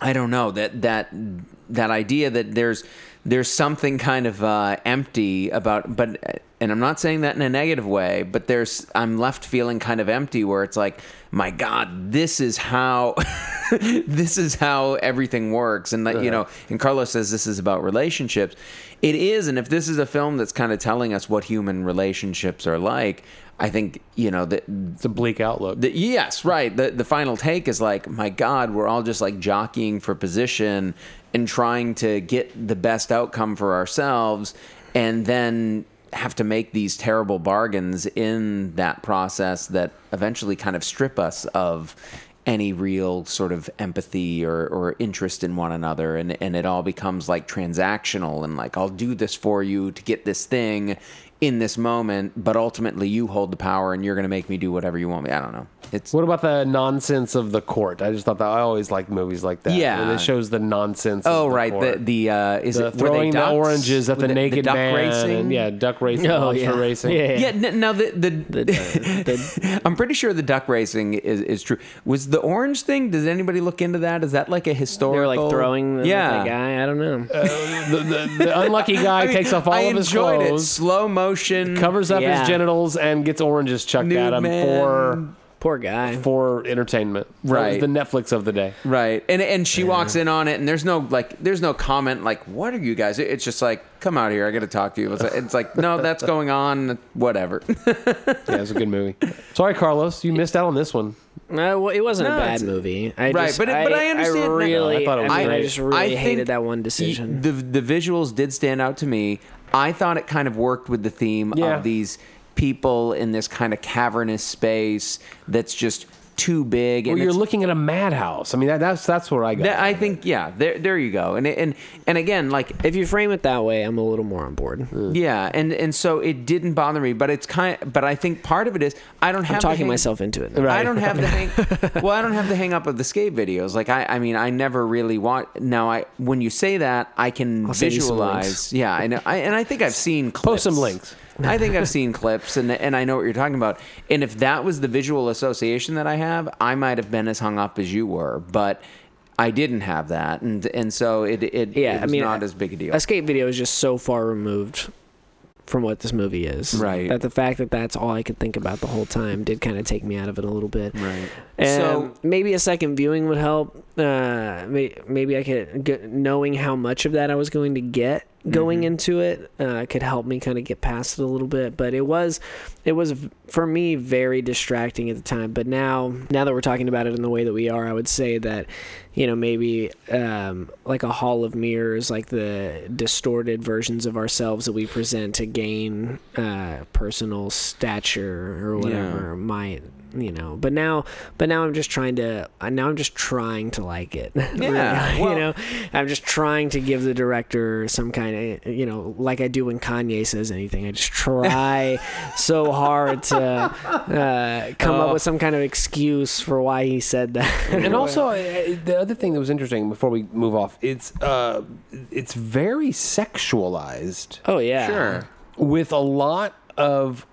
[SPEAKER 2] I don't know, that, that, that idea that there's, there's something kind of uh, empty about, but, and I'm not saying that in a negative way, but there's, I'm left feeling kind of empty where it's like, my God, this is how, this is how everything works. And that, you know, and Carlos says this is about relationships. It is, and if this is a film that's kind of telling us what human relationships are like, I think you know that.
[SPEAKER 1] It's a bleak outlook.
[SPEAKER 2] The, yes, right. The the final take is like, my God, we're all just like jockeying for position and trying to get the best outcome for ourselves, and then have to make these terrible bargains in that process that eventually kind of strip us of any real sort of empathy or, or interest in one another and, and it all becomes like transactional and like i'll do this for you to get this thing in this moment but ultimately you hold the power and you're going to make me do whatever you want me i don't know it's
[SPEAKER 1] what about the nonsense of the court? I just thought that I always like movies like that.
[SPEAKER 2] Yeah.
[SPEAKER 1] and it shows the nonsense.
[SPEAKER 2] oh
[SPEAKER 1] of the
[SPEAKER 2] right
[SPEAKER 1] court.
[SPEAKER 2] the the uh is
[SPEAKER 1] The
[SPEAKER 2] it were they
[SPEAKER 1] throwing the
[SPEAKER 2] ducks?
[SPEAKER 1] oranges at
[SPEAKER 2] Were
[SPEAKER 1] the
[SPEAKER 2] they-
[SPEAKER 1] naked
[SPEAKER 2] duck
[SPEAKER 1] man.
[SPEAKER 2] racing
[SPEAKER 1] and- yeah, duck racing,
[SPEAKER 3] Oh,
[SPEAKER 1] lobster
[SPEAKER 3] yeah.
[SPEAKER 1] racing.
[SPEAKER 3] Yeah.
[SPEAKER 2] yeah n- now the, the, i'm pretty sure the duck racing is, is true was the orange thing does anybody look into that is that like a
[SPEAKER 3] They were
[SPEAKER 2] historical
[SPEAKER 3] like throwing the,
[SPEAKER 2] yeah Uh,
[SPEAKER 3] the guy. I don't know.
[SPEAKER 1] The, the, the unlucky guy
[SPEAKER 2] I mean,
[SPEAKER 1] takes off all
[SPEAKER 2] I
[SPEAKER 1] of his
[SPEAKER 2] enjoyed it.
[SPEAKER 1] clothes,
[SPEAKER 2] slow motion
[SPEAKER 1] covers up
[SPEAKER 3] Yeah.
[SPEAKER 1] his genitals, and gets oranges chucked
[SPEAKER 2] Nude
[SPEAKER 1] at him
[SPEAKER 2] man.
[SPEAKER 1] for
[SPEAKER 3] Poor guy.
[SPEAKER 1] for entertainment. That was
[SPEAKER 2] Right.
[SPEAKER 1] the Netflix of the day.
[SPEAKER 2] Right. And and she walks in on it and there's no like there's no comment like what are you guys? It- It's just like come out here. I got to talk to you. It's like, it's like no, that's going on whatever.
[SPEAKER 1] Yeah, it was a good movie. Sorry, Carlos, you missed out on this one.
[SPEAKER 3] No, well, it wasn't
[SPEAKER 2] No,
[SPEAKER 3] a bad
[SPEAKER 2] it's-
[SPEAKER 3] movie. I
[SPEAKER 2] Right,
[SPEAKER 3] just,
[SPEAKER 2] but it- but I understand- no,
[SPEAKER 3] really,
[SPEAKER 1] I
[SPEAKER 3] I,
[SPEAKER 1] thought it was
[SPEAKER 3] mean,
[SPEAKER 1] great.
[SPEAKER 3] I just really
[SPEAKER 2] I think
[SPEAKER 3] hated that one decision.
[SPEAKER 2] The the visuals did stand out to me. I thought it kind of worked with the theme
[SPEAKER 1] Yeah.
[SPEAKER 2] of these people in this kind of cavernous space that's just too big
[SPEAKER 1] Well,
[SPEAKER 2] and
[SPEAKER 1] you're
[SPEAKER 2] it's-
[SPEAKER 1] looking at a madhouse. I mean, that, that's that's where I got.
[SPEAKER 2] that-
[SPEAKER 1] it.
[SPEAKER 2] I think yeah, there there you go. And it- and and again like
[SPEAKER 3] if you frame it that way, I'm a little more on board.
[SPEAKER 2] yeah, and and so it didn't bother me, but it's kind but I think part of it is I don't have
[SPEAKER 3] I'm
[SPEAKER 2] the
[SPEAKER 3] talking
[SPEAKER 2] hang-
[SPEAKER 3] myself into it.
[SPEAKER 1] Right.
[SPEAKER 2] I don't have the hang. well, I don't have the hang up of the skate videos. Like I, I mean, I never really want. Now, I when you say that, I can
[SPEAKER 3] send you some
[SPEAKER 2] visualize. Yeah, I know. I, and I think I've seen clips.
[SPEAKER 1] some links.
[SPEAKER 2] I think I've seen clips, and and I know what you're talking about. And if that was the visual association that I have, I might have been as hung up as you were, but. I didn't have that, and and so it it,
[SPEAKER 3] Yeah,
[SPEAKER 2] it
[SPEAKER 3] I
[SPEAKER 2] was
[SPEAKER 3] mean,
[SPEAKER 2] not
[SPEAKER 3] I-
[SPEAKER 2] as big a deal.
[SPEAKER 3] A skate video is just so far removed from what this movie is.
[SPEAKER 2] Right.
[SPEAKER 3] That the fact that that's all I could think about the whole time did kind of take me out of it a little bit.
[SPEAKER 2] Right.
[SPEAKER 3] And
[SPEAKER 2] So-
[SPEAKER 3] maybe a second viewing would help. Uh, may, maybe I could get, knowing how much of that I was going to get going into it uh, could help me kind of get past it a little bit. But it was, it was v- for me very distracting at the time. But now, now that we're talking about it in the way that we are, I would say that, you know, maybe um, like a hall of mirrors, like the distorted versions of ourselves that we present to gain uh, personal stature or whatever
[SPEAKER 2] Yeah.
[SPEAKER 3] might you know but now but now i'm just trying to uh, now i'm just trying to like it
[SPEAKER 2] Yeah,
[SPEAKER 3] you
[SPEAKER 2] well-
[SPEAKER 3] know i'm just trying to give the director some kind of you know like i do when kanye says anything i just try so hard to uh, come up with some kind of excuse for why he said that
[SPEAKER 1] and also I- I- the other thing that was interesting before we move off, it's uh, it's very sexualized
[SPEAKER 3] oh yeah
[SPEAKER 2] Sure.
[SPEAKER 1] with a lot of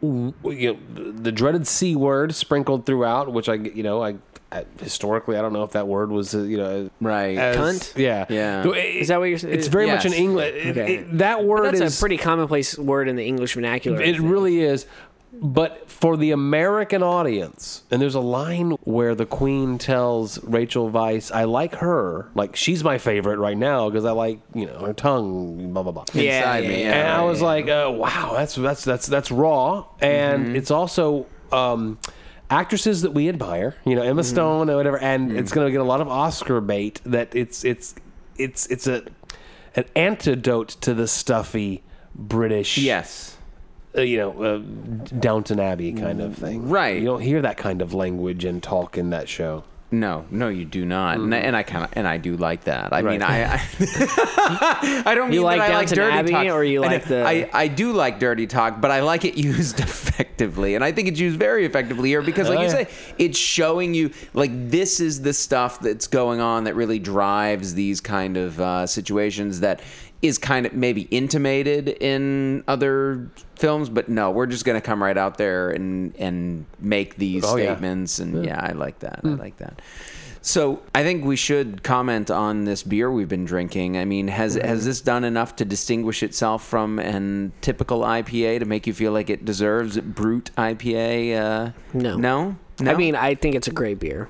[SPEAKER 1] w- you know, the dreaded c word sprinkled throughout, which I you know I I- historically, I don't know if that word was, uh, you know,
[SPEAKER 2] Right.
[SPEAKER 1] as-
[SPEAKER 3] Cunt?
[SPEAKER 1] Yeah,
[SPEAKER 2] Yeah.
[SPEAKER 1] Though it-
[SPEAKER 3] Is that what you're saying?
[SPEAKER 1] It's very much an
[SPEAKER 2] Yes.
[SPEAKER 1] English.
[SPEAKER 3] Okay.
[SPEAKER 1] that word
[SPEAKER 3] That's
[SPEAKER 1] is
[SPEAKER 3] a pretty commonplace word in the English vernacular. I
[SPEAKER 1] It
[SPEAKER 3] think.
[SPEAKER 1] really is. But for the American audience, and there's a line where the Queen tells Rachel Weiss, "I like her, like she's my favorite right now because I like you know her tongue, blah blah blah."
[SPEAKER 3] Yeah,
[SPEAKER 2] Inside
[SPEAKER 3] yeah,
[SPEAKER 2] me,
[SPEAKER 3] yeah.
[SPEAKER 1] and I
[SPEAKER 2] right,
[SPEAKER 1] was
[SPEAKER 2] yeah.
[SPEAKER 1] like, uh, "Wow, that's that's that's that's raw," and it's also. Um, Actresses that we admire, you know Emma Stone and whatever, and it's going to get a lot of Oscar bait. That it's it's it's it's a an antidote to the stuffy British
[SPEAKER 2] yes.
[SPEAKER 1] uh, you know, uh, Downton Abbey kind of thing.
[SPEAKER 2] Right.
[SPEAKER 1] You don't hear that kind of language and talk in that show.
[SPEAKER 2] No, no, you do not, and, I-
[SPEAKER 3] Mm-hmm.
[SPEAKER 2] and I kind of and I do like that. I mean, I I, I don't mean
[SPEAKER 3] You
[SPEAKER 2] that
[SPEAKER 3] like
[SPEAKER 2] I like
[SPEAKER 3] Downton
[SPEAKER 2] dirty
[SPEAKER 3] Abbey,
[SPEAKER 2] talk,
[SPEAKER 3] or you
[SPEAKER 2] I know-
[SPEAKER 3] like the-
[SPEAKER 2] I, I do like dirty talk, but I like it used effectively, and I think it's used very effectively here because, like
[SPEAKER 1] Oh,
[SPEAKER 2] you
[SPEAKER 1] yeah.
[SPEAKER 2] say, it's showing you like this is the stuff that's going on that really drives these kind of uh, situations that is kind of maybe intimated in other films, but no, we're just going to come right out there and and make these
[SPEAKER 1] Oh, yeah.
[SPEAKER 2] statements statements, and yeah, I like that.
[SPEAKER 3] Hmm.
[SPEAKER 2] I like that. So I think we should comment on this beer we've been drinking. I mean, has
[SPEAKER 3] Mm-hmm.
[SPEAKER 2] has this done enough to distinguish itself from an typical IPA to make you feel like it deserves brute IPA? Uh,
[SPEAKER 3] No.
[SPEAKER 2] no, no.
[SPEAKER 3] I mean, I think it's a great beer,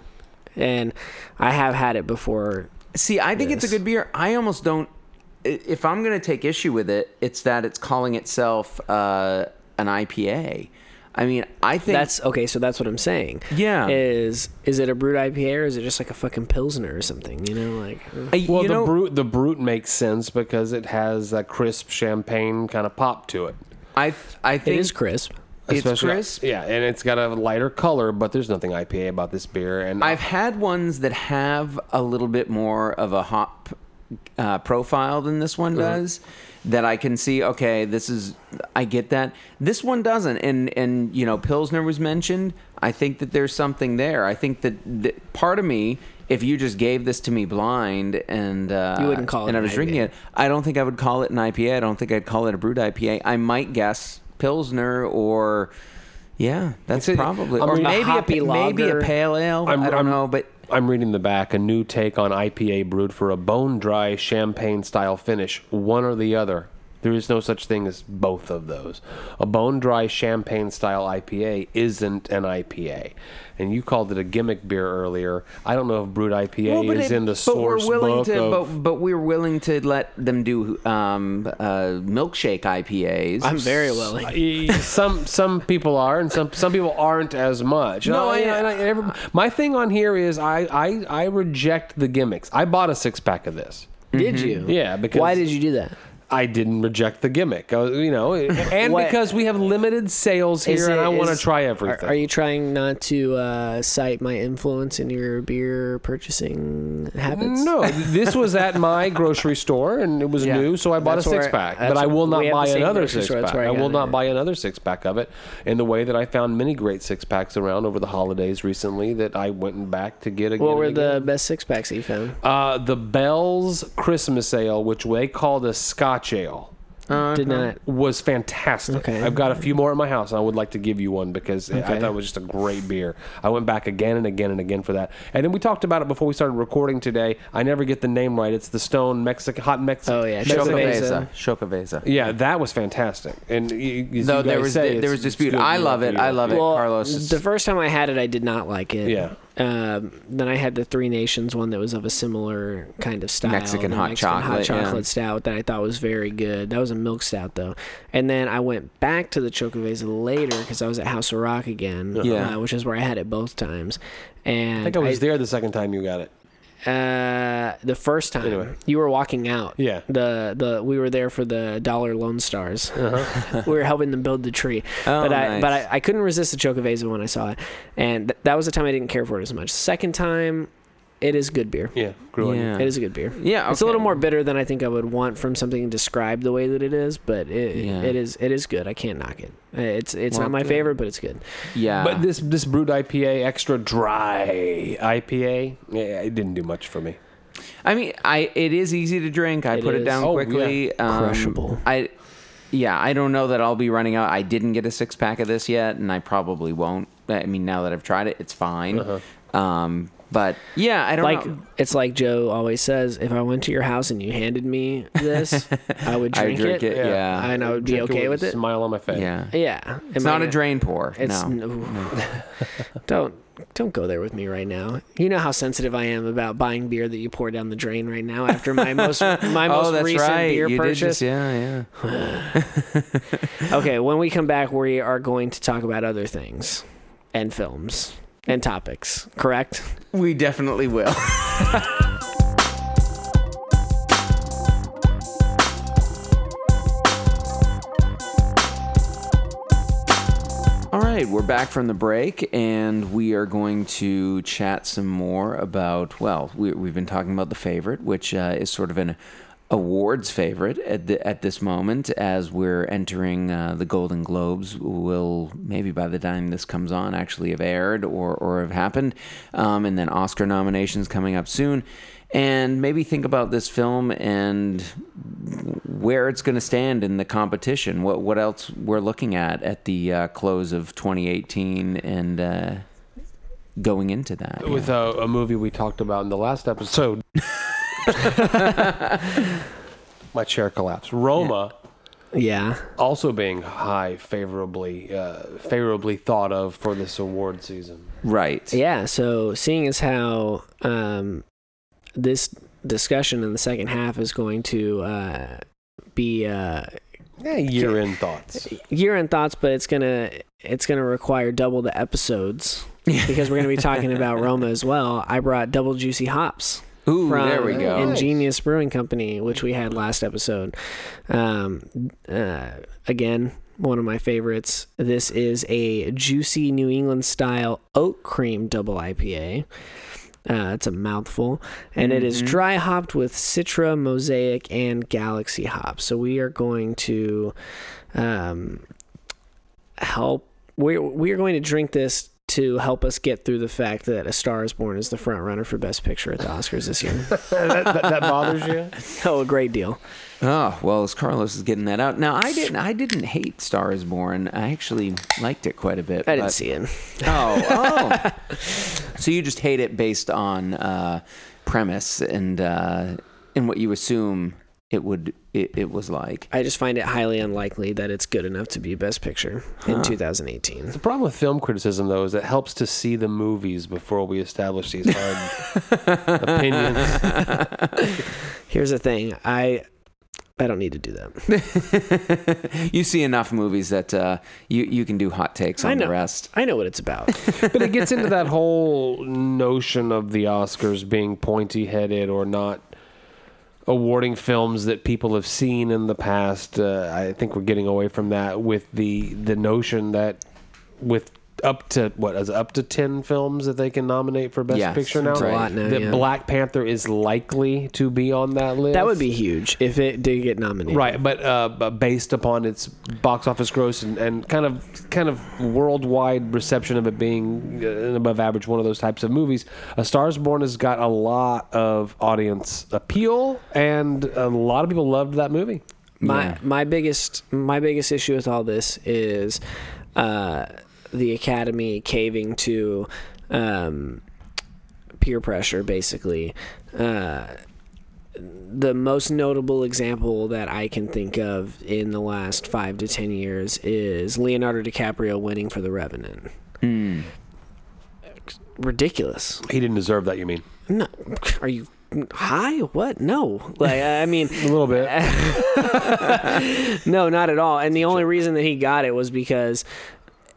[SPEAKER 3] and I have had it before.
[SPEAKER 2] See, I think it's
[SPEAKER 3] Yes.
[SPEAKER 2] a good beer. I almost don't. i- If I'm going to take issue with it, it's that it's calling itself uh, an IPA. I mean, I think
[SPEAKER 3] That's okay. So that's what I'm saying.
[SPEAKER 2] Yeah.
[SPEAKER 3] Is is it a brewed IPA or is it just like a fucking pilsner or something? You know, like uh,
[SPEAKER 2] I-
[SPEAKER 1] Well,
[SPEAKER 2] you
[SPEAKER 1] the
[SPEAKER 2] know,
[SPEAKER 1] brute the brute makes sense because it has that crisp champagne kind of pop to it.
[SPEAKER 2] I I
[SPEAKER 3] it
[SPEAKER 2] think
[SPEAKER 3] is crisp.
[SPEAKER 2] it's
[SPEAKER 1] Especially-
[SPEAKER 2] crisp.
[SPEAKER 1] Yeah, and it's got a lighter color, but there's nothing IPA about this beer. And
[SPEAKER 2] I've had ones that have a little bit more of a hop uh, profile than this one
[SPEAKER 1] Uh-huh.
[SPEAKER 2] does. That I can see. Okay, this is. I get that. This one doesn't. And and you know, Pilsner was mentioned. I think that there's something there. I think that, that part of me, if you just gave this to me blind and uh,
[SPEAKER 3] You wouldn't call it
[SPEAKER 2] and I
[SPEAKER 3] an
[SPEAKER 2] was drinking
[SPEAKER 3] IPA.
[SPEAKER 2] it, I don't think I would call it an IPA. I don't think I'd call it a brewed IPA. I might guess Pilsner or. Yeah, that's
[SPEAKER 1] It's a-
[SPEAKER 2] probably,
[SPEAKER 1] I
[SPEAKER 2] or
[SPEAKER 1] mean- A
[SPEAKER 2] maybe a,
[SPEAKER 3] hoppy
[SPEAKER 2] pa- maybe a
[SPEAKER 3] lager.
[SPEAKER 2] pale ale.
[SPEAKER 1] I'm-
[SPEAKER 2] I don't
[SPEAKER 1] I'm-
[SPEAKER 2] know, but
[SPEAKER 1] I'm reading the back, a new take on IPA brewed for a bone dry champagne style finish, one or the other. There is no such thing as both of those. A bone dry champagne style IPA isn't an IPA. And you called it a gimmick beer earlier. I don't know if brewed IPA
[SPEAKER 2] Well, but
[SPEAKER 1] is
[SPEAKER 2] it-
[SPEAKER 1] in the source
[SPEAKER 2] but we're willing
[SPEAKER 1] book
[SPEAKER 2] to,
[SPEAKER 1] of-
[SPEAKER 2] but, but we're willing to let them do um, uh, milkshake IPAs.
[SPEAKER 3] I'm very willing.
[SPEAKER 1] Eh, some some people are and some some people aren't as much. And
[SPEAKER 2] No,
[SPEAKER 1] I,
[SPEAKER 2] I-
[SPEAKER 1] and I- and every- my thing on here is I, I I reject the gimmicks. I bought a six pack of this.
[SPEAKER 3] Did you?
[SPEAKER 1] Yeah, because
[SPEAKER 3] Why did you do that?
[SPEAKER 1] I didn't reject the gimmick, I was- you know, and
[SPEAKER 3] What-
[SPEAKER 1] because we have limited sales here,
[SPEAKER 3] Is
[SPEAKER 1] and
[SPEAKER 3] it-
[SPEAKER 1] I want to
[SPEAKER 3] is-
[SPEAKER 1] try
[SPEAKER 3] are-
[SPEAKER 1] everything.
[SPEAKER 3] Are, you trying not to uh, cite my influence in your beer purchasing habits?
[SPEAKER 1] no, this was at my grocery store, and it was
[SPEAKER 3] Yeah.
[SPEAKER 1] new, so I bought
[SPEAKER 3] That's
[SPEAKER 1] a
[SPEAKER 3] where-
[SPEAKER 1] six pack. But
[SPEAKER 3] that's-
[SPEAKER 1] I will
[SPEAKER 3] we
[SPEAKER 1] not
[SPEAKER 3] have
[SPEAKER 1] buy
[SPEAKER 3] the same
[SPEAKER 1] another
[SPEAKER 3] grocery
[SPEAKER 1] six
[SPEAKER 3] store, that's
[SPEAKER 1] pack.
[SPEAKER 3] where I
[SPEAKER 1] I will
[SPEAKER 3] got it
[SPEAKER 1] not
[SPEAKER 3] at.
[SPEAKER 1] buy another six pack of it. In the way that I found many great six packs around over the holidays recently, that I went and back to get again.
[SPEAKER 3] What
[SPEAKER 1] and
[SPEAKER 3] were
[SPEAKER 1] again.
[SPEAKER 3] the best six packs that you found?
[SPEAKER 1] Uh, the Bell's Christmas Ale, which they called a Scotch Ale,
[SPEAKER 3] Did not.
[SPEAKER 1] was fantastic.
[SPEAKER 3] Okay.
[SPEAKER 1] I've got a few more at my house, and I would like to give you one because I thought it was just a great beer. I went back again and again and again for that. And then we talked about it before we started recording today. I never get the name right. It's the Stone Mexican Hot Mexican.
[SPEAKER 3] Oh, yeah. Mexican
[SPEAKER 2] Chocavesa. Chocavesa.
[SPEAKER 1] Yeah, that was fantastic. And you, as
[SPEAKER 2] Though
[SPEAKER 1] you
[SPEAKER 2] there
[SPEAKER 1] guys
[SPEAKER 2] was
[SPEAKER 1] say,
[SPEAKER 2] di-
[SPEAKER 1] it's-
[SPEAKER 2] there was
[SPEAKER 1] it's
[SPEAKER 2] dispute.
[SPEAKER 1] good
[SPEAKER 2] I
[SPEAKER 1] beer,
[SPEAKER 2] love
[SPEAKER 1] good
[SPEAKER 2] it.
[SPEAKER 1] beer.
[SPEAKER 2] I love it.
[SPEAKER 3] Well,
[SPEAKER 2] Carlos is-
[SPEAKER 3] the first time I had it, I did not like it.
[SPEAKER 1] Yeah.
[SPEAKER 3] Um, then I had the Three Nations one that was of a similar kind of style,
[SPEAKER 2] Mexican
[SPEAKER 3] the
[SPEAKER 2] hot chocolate, yeah.
[SPEAKER 3] chocolate stout that I thought was very good. That was a milk stout though. And then I went back to the Chocovesa later because I was at House of Rock again,
[SPEAKER 2] Yeah.
[SPEAKER 3] uh, which is where I had it both times.
[SPEAKER 1] I
[SPEAKER 3] And
[SPEAKER 1] think I was there the second time you got it.
[SPEAKER 3] uh, the first time
[SPEAKER 1] Anyway.
[SPEAKER 3] you were walking out.
[SPEAKER 1] Yeah.
[SPEAKER 3] The the we were there for the Dollar Lone Stars.
[SPEAKER 2] Uh-huh.
[SPEAKER 3] we were helping them build the tree.
[SPEAKER 2] Oh,
[SPEAKER 3] but I
[SPEAKER 2] nice.
[SPEAKER 3] but I, I couldn't resist the Chocovesa when I saw it, and th- that was the time I didn't care for it as much. Second time, it is good beer.
[SPEAKER 1] Yeah, grew on you.
[SPEAKER 2] Yeah.
[SPEAKER 3] It is a good beer.
[SPEAKER 2] Yeah,
[SPEAKER 3] It's a little
[SPEAKER 2] okay.
[SPEAKER 3] more bitter than I think I would want from something described the way that it is, but it
[SPEAKER 2] Yeah.
[SPEAKER 3] it is it is good. I can't knock it. Uh, It's it's
[SPEAKER 2] Well,
[SPEAKER 3] not my
[SPEAKER 2] good.
[SPEAKER 3] favorite, but it's good.
[SPEAKER 2] Yeah,
[SPEAKER 1] But this this brewed IPA, extra dry IPA, yeah, it didn't do much for me.
[SPEAKER 2] I mean, I it is easy to drink. I
[SPEAKER 3] It
[SPEAKER 2] put it
[SPEAKER 3] is.
[SPEAKER 2] down
[SPEAKER 1] Oh,
[SPEAKER 2] quickly. Um,
[SPEAKER 3] Crushable.
[SPEAKER 2] I yeah, I don't know that I'll be running out. I didn't get a six pack of this yet, and I probably won't. I mean, now that I've tried it, it's fine. Um, but yeah, I don't
[SPEAKER 3] Uh-huh. Like
[SPEAKER 2] know.
[SPEAKER 3] it's like Joe always says, if I went to your house and you handed me this, I would
[SPEAKER 2] I
[SPEAKER 3] drink,
[SPEAKER 2] drink it.
[SPEAKER 3] it.
[SPEAKER 2] Yeah.
[SPEAKER 3] I know it'd be
[SPEAKER 1] Drink
[SPEAKER 3] okay
[SPEAKER 1] with
[SPEAKER 3] with
[SPEAKER 1] a
[SPEAKER 3] it.
[SPEAKER 1] Smile on my
[SPEAKER 3] uh,
[SPEAKER 1] face.
[SPEAKER 2] yeah.
[SPEAKER 3] Yeah.
[SPEAKER 2] It's not a drain pour.
[SPEAKER 3] It's
[SPEAKER 2] no.
[SPEAKER 3] no. don't don't go there with me right now. You know how sensitive I am about buying beer that you pour down the drain right now after my most my most recent beer
[SPEAKER 2] Oh, you
[SPEAKER 3] purchase.
[SPEAKER 2] Did just, yeah, yeah.
[SPEAKER 3] Okay, when we come back, we are going to talk about other things and films and topics, correct?
[SPEAKER 2] We definitely will. All right, we're back from the break, and we are going to chat some more about. Well, we, we've been talking about the favorite, which uh, is sort of an awards favorite at the, at this moment, as we're entering uh, the Golden Globes. Will maybe by the time this comes on, actually have aired or or have happened, um, and then Oscar nominations coming up soon. And maybe think about this film and where it's going to stand in the competition. What what else we're looking at at the uh, close of 2018 and uh, going into that.
[SPEAKER 1] With uh,
[SPEAKER 2] yeah.
[SPEAKER 1] a, a movie we talked about in the last episode. my chair collapsed. Roma
[SPEAKER 3] Yeah.
[SPEAKER 1] also being high favorably uh, favorably thought of for this award season.
[SPEAKER 2] right.
[SPEAKER 3] Yeah, so seeing as how um, this discussion in the second half is going to uh, be uh,
[SPEAKER 1] Yeah, year end thoughts.
[SPEAKER 3] year end thoughts, but it's gonna it's gonna require double the episodes because we're gonna be talking about Roma as well. I brought double juicy hops
[SPEAKER 2] Ooh,
[SPEAKER 3] from
[SPEAKER 2] there we go.
[SPEAKER 1] and-
[SPEAKER 3] Ingenious Brewing Company, which we had last episode. Um, uh, again, one of my favorites. This is a juicy New England style oat cream double IPA. Uh, it's a mouthful, and it is dry hopped with Citra, Mosaic, and Galaxy hops. So we are going to um, help. We're we're going to drink this to help us get through the fact that A Star Is Born is the front runner for Best Picture at the Oscars this year.
[SPEAKER 1] that, that, that bothers you?
[SPEAKER 3] Oh, a great deal.
[SPEAKER 2] Oh well, as Carlos is getting that out now, I didn't. I didn't hate *Star Is Born*. I actually liked it quite a bit.
[SPEAKER 3] I didn't
[SPEAKER 2] but-
[SPEAKER 3] see it.
[SPEAKER 2] Oh, oh. so you just hate it based on uh, premise and uh, and what you assume it would it, it was like.
[SPEAKER 3] I just find it highly unlikely that it's good enough to be Best Picture in 2018.
[SPEAKER 1] The problem with film criticism, though, is it helps to see the movies before we establish these hard opinions.
[SPEAKER 3] Here's the thing. I I don't need to do that.
[SPEAKER 2] you see enough movies that uh, you you can do hot takes
[SPEAKER 3] I
[SPEAKER 2] on
[SPEAKER 3] know.
[SPEAKER 2] the rest.
[SPEAKER 3] I know what it's about.
[SPEAKER 1] But it gets into that whole notion of the Oscars being pointy headed or not awarding films that people have seen in the past. Uh, I think we're getting away from that with the the notion that with up to what is it, up to 10 films that they can nominate for best
[SPEAKER 2] Yes,
[SPEAKER 1] picture now,
[SPEAKER 2] that's
[SPEAKER 3] a lot now,
[SPEAKER 1] that
[SPEAKER 3] yeah.
[SPEAKER 1] Black Panther is likely to be on that list.
[SPEAKER 3] that would be huge if it did get nominated.
[SPEAKER 1] Right, but uh, but based upon its box office gross and, and kind of kind of worldwide reception of it being uh, an above average one of those types of movies, A Star Is Born has got a lot of audience appeal, and a lot of people loved that movie.
[SPEAKER 3] My
[SPEAKER 2] Yeah.
[SPEAKER 3] my biggest my biggest issue with all this is uh, the Academy caving to um, peer pressure, basically. Uh, the most notable example that I can think of in the last five to ten years is Leonardo DiCaprio winning for The Revenant. Ridiculous.
[SPEAKER 1] He didn't deserve that. You mean
[SPEAKER 3] No, are you high? What? No. Like I mean,
[SPEAKER 1] a little bit?
[SPEAKER 3] no, not at all. And the only reason that he got it was because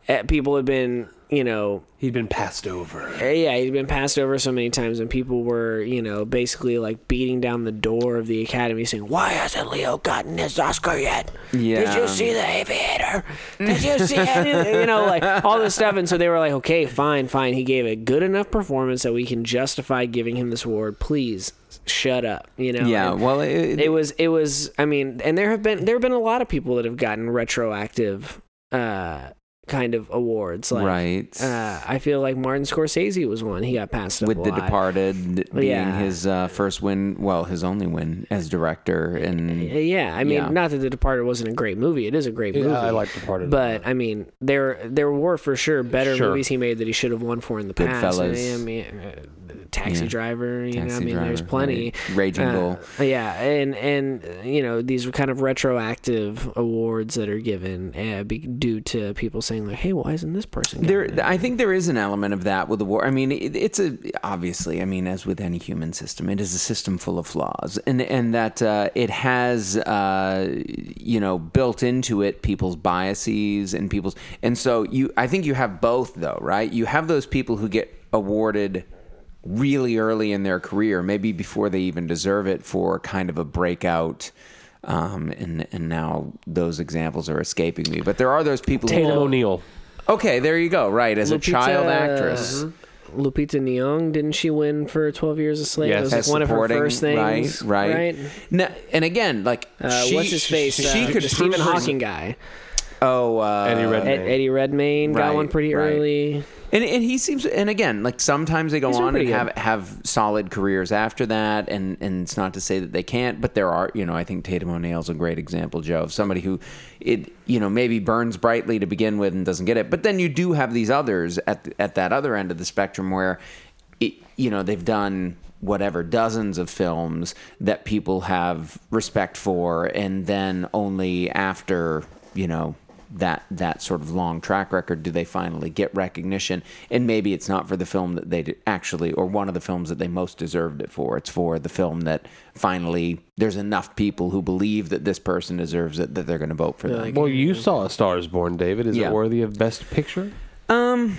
[SPEAKER 3] eh, people had been, you know,
[SPEAKER 1] He'd been passed over.
[SPEAKER 3] eh, yeah, he'd been passed over so many times, and people were, you know, basically like beating down the door of the academy, saying, "Why hasn't Leo gotten his Oscar yet? Did
[SPEAKER 2] Yeah.
[SPEAKER 3] you see the Aviator? Did you see any? you know, like all this stuff?" And so they were like, "Okay, fine, fine. He gave a good enough performance that we can justify giving him this award. Please." Shut up, you know.
[SPEAKER 2] Yeah,
[SPEAKER 3] And-
[SPEAKER 2] well, it,
[SPEAKER 3] it was it was i mean and there have been there have been a lot of people that have gotten retroactive uh kind of awards. Like,
[SPEAKER 2] Right.
[SPEAKER 3] Uh, I feel like Martin Scorsese was one. He got passed up
[SPEAKER 2] with
[SPEAKER 3] a
[SPEAKER 2] The
[SPEAKER 3] lot.
[SPEAKER 2] Departed being
[SPEAKER 3] Yeah.
[SPEAKER 2] his uh, first win, well, his only win as director, and
[SPEAKER 3] Uh, Yeah, I mean,
[SPEAKER 2] Mm. Yeah.
[SPEAKER 3] not that The Departed wasn't a great movie. It is a great movie.
[SPEAKER 1] Yeah, I like Departed.
[SPEAKER 3] But I mean, there there were for sure better
[SPEAKER 1] Sure.
[SPEAKER 3] movies he made that he should have won for in the past.
[SPEAKER 2] Goodfellas.
[SPEAKER 3] I mean, uh, Taxi
[SPEAKER 2] Yeah.
[SPEAKER 3] Driver. You know, I
[SPEAKER 2] Taxi
[SPEAKER 3] mean, there's
[SPEAKER 2] Driver,
[SPEAKER 3] plenty. Uh,
[SPEAKER 2] right. Raging Bull.
[SPEAKER 3] Yeah, and and uh, you know these are kind of retroactive awards that are given uh, be, due to people saying like, hey, why isn't this person? getting
[SPEAKER 2] There,
[SPEAKER 3] it?
[SPEAKER 2] I think there is an element of that with the war. I mean, it, it's a obviously. I mean, as with any human system, it is a system full of flaws, and and that uh, it has uh, you know built into it people's biases and people's. And so you, I think you have both though, right? You have those people who get awarded really early in their career, maybe before they even deserve it, for kind of a breakout. Um, and and now those examples are escaping me, but there are those people. who-
[SPEAKER 1] Tatum O'Neill.
[SPEAKER 2] Okay, there you go. Right, as a
[SPEAKER 3] Lupita-
[SPEAKER 2] child actress.
[SPEAKER 3] Uh-huh. Lupita Nyong, didn't she win for Twelve Years a Slave?
[SPEAKER 1] Yes.
[SPEAKER 3] that was
[SPEAKER 2] As
[SPEAKER 3] like one of her
[SPEAKER 2] supporting,
[SPEAKER 3] first things,
[SPEAKER 2] right? Right. No, and again, like
[SPEAKER 3] Uh,
[SPEAKER 2] she,
[SPEAKER 3] what's his face?
[SPEAKER 2] She
[SPEAKER 3] uh,
[SPEAKER 2] could
[SPEAKER 3] the
[SPEAKER 2] prove
[SPEAKER 3] Stephen
[SPEAKER 2] her-
[SPEAKER 3] Hawking guy.
[SPEAKER 2] Oh, uh,
[SPEAKER 1] Eddie Redmayne.
[SPEAKER 3] Ed, Eddie Redmayne got
[SPEAKER 2] Right,
[SPEAKER 3] one pretty
[SPEAKER 2] right.
[SPEAKER 3] early.
[SPEAKER 2] And, and he seems, and again, like sometimes they go
[SPEAKER 3] He's been
[SPEAKER 2] on and
[SPEAKER 3] pretty
[SPEAKER 2] have, have solid careers after that, and, and it's not to say that they can't, but there are, you know, I think Tatum O'Neill's a great example, Joe, of somebody who it, you know, maybe burns brightly to begin with and doesn't get it, but then you do have these others at at that other end of the spectrum where, it, you know, they've done whatever dozens of films that people have respect for, and then only after, you know, that that sort of long track record do they finally get recognition and maybe it's not for the film that they did actually or one of the films that they most deserved it for it's for the film that finally there's enough people who believe that this person deserves it that they're going to vote for them
[SPEAKER 1] Well, you saw A Star Is Born, David. Is
[SPEAKER 2] Yeah.
[SPEAKER 1] it worthy of Best Picture?
[SPEAKER 2] Um,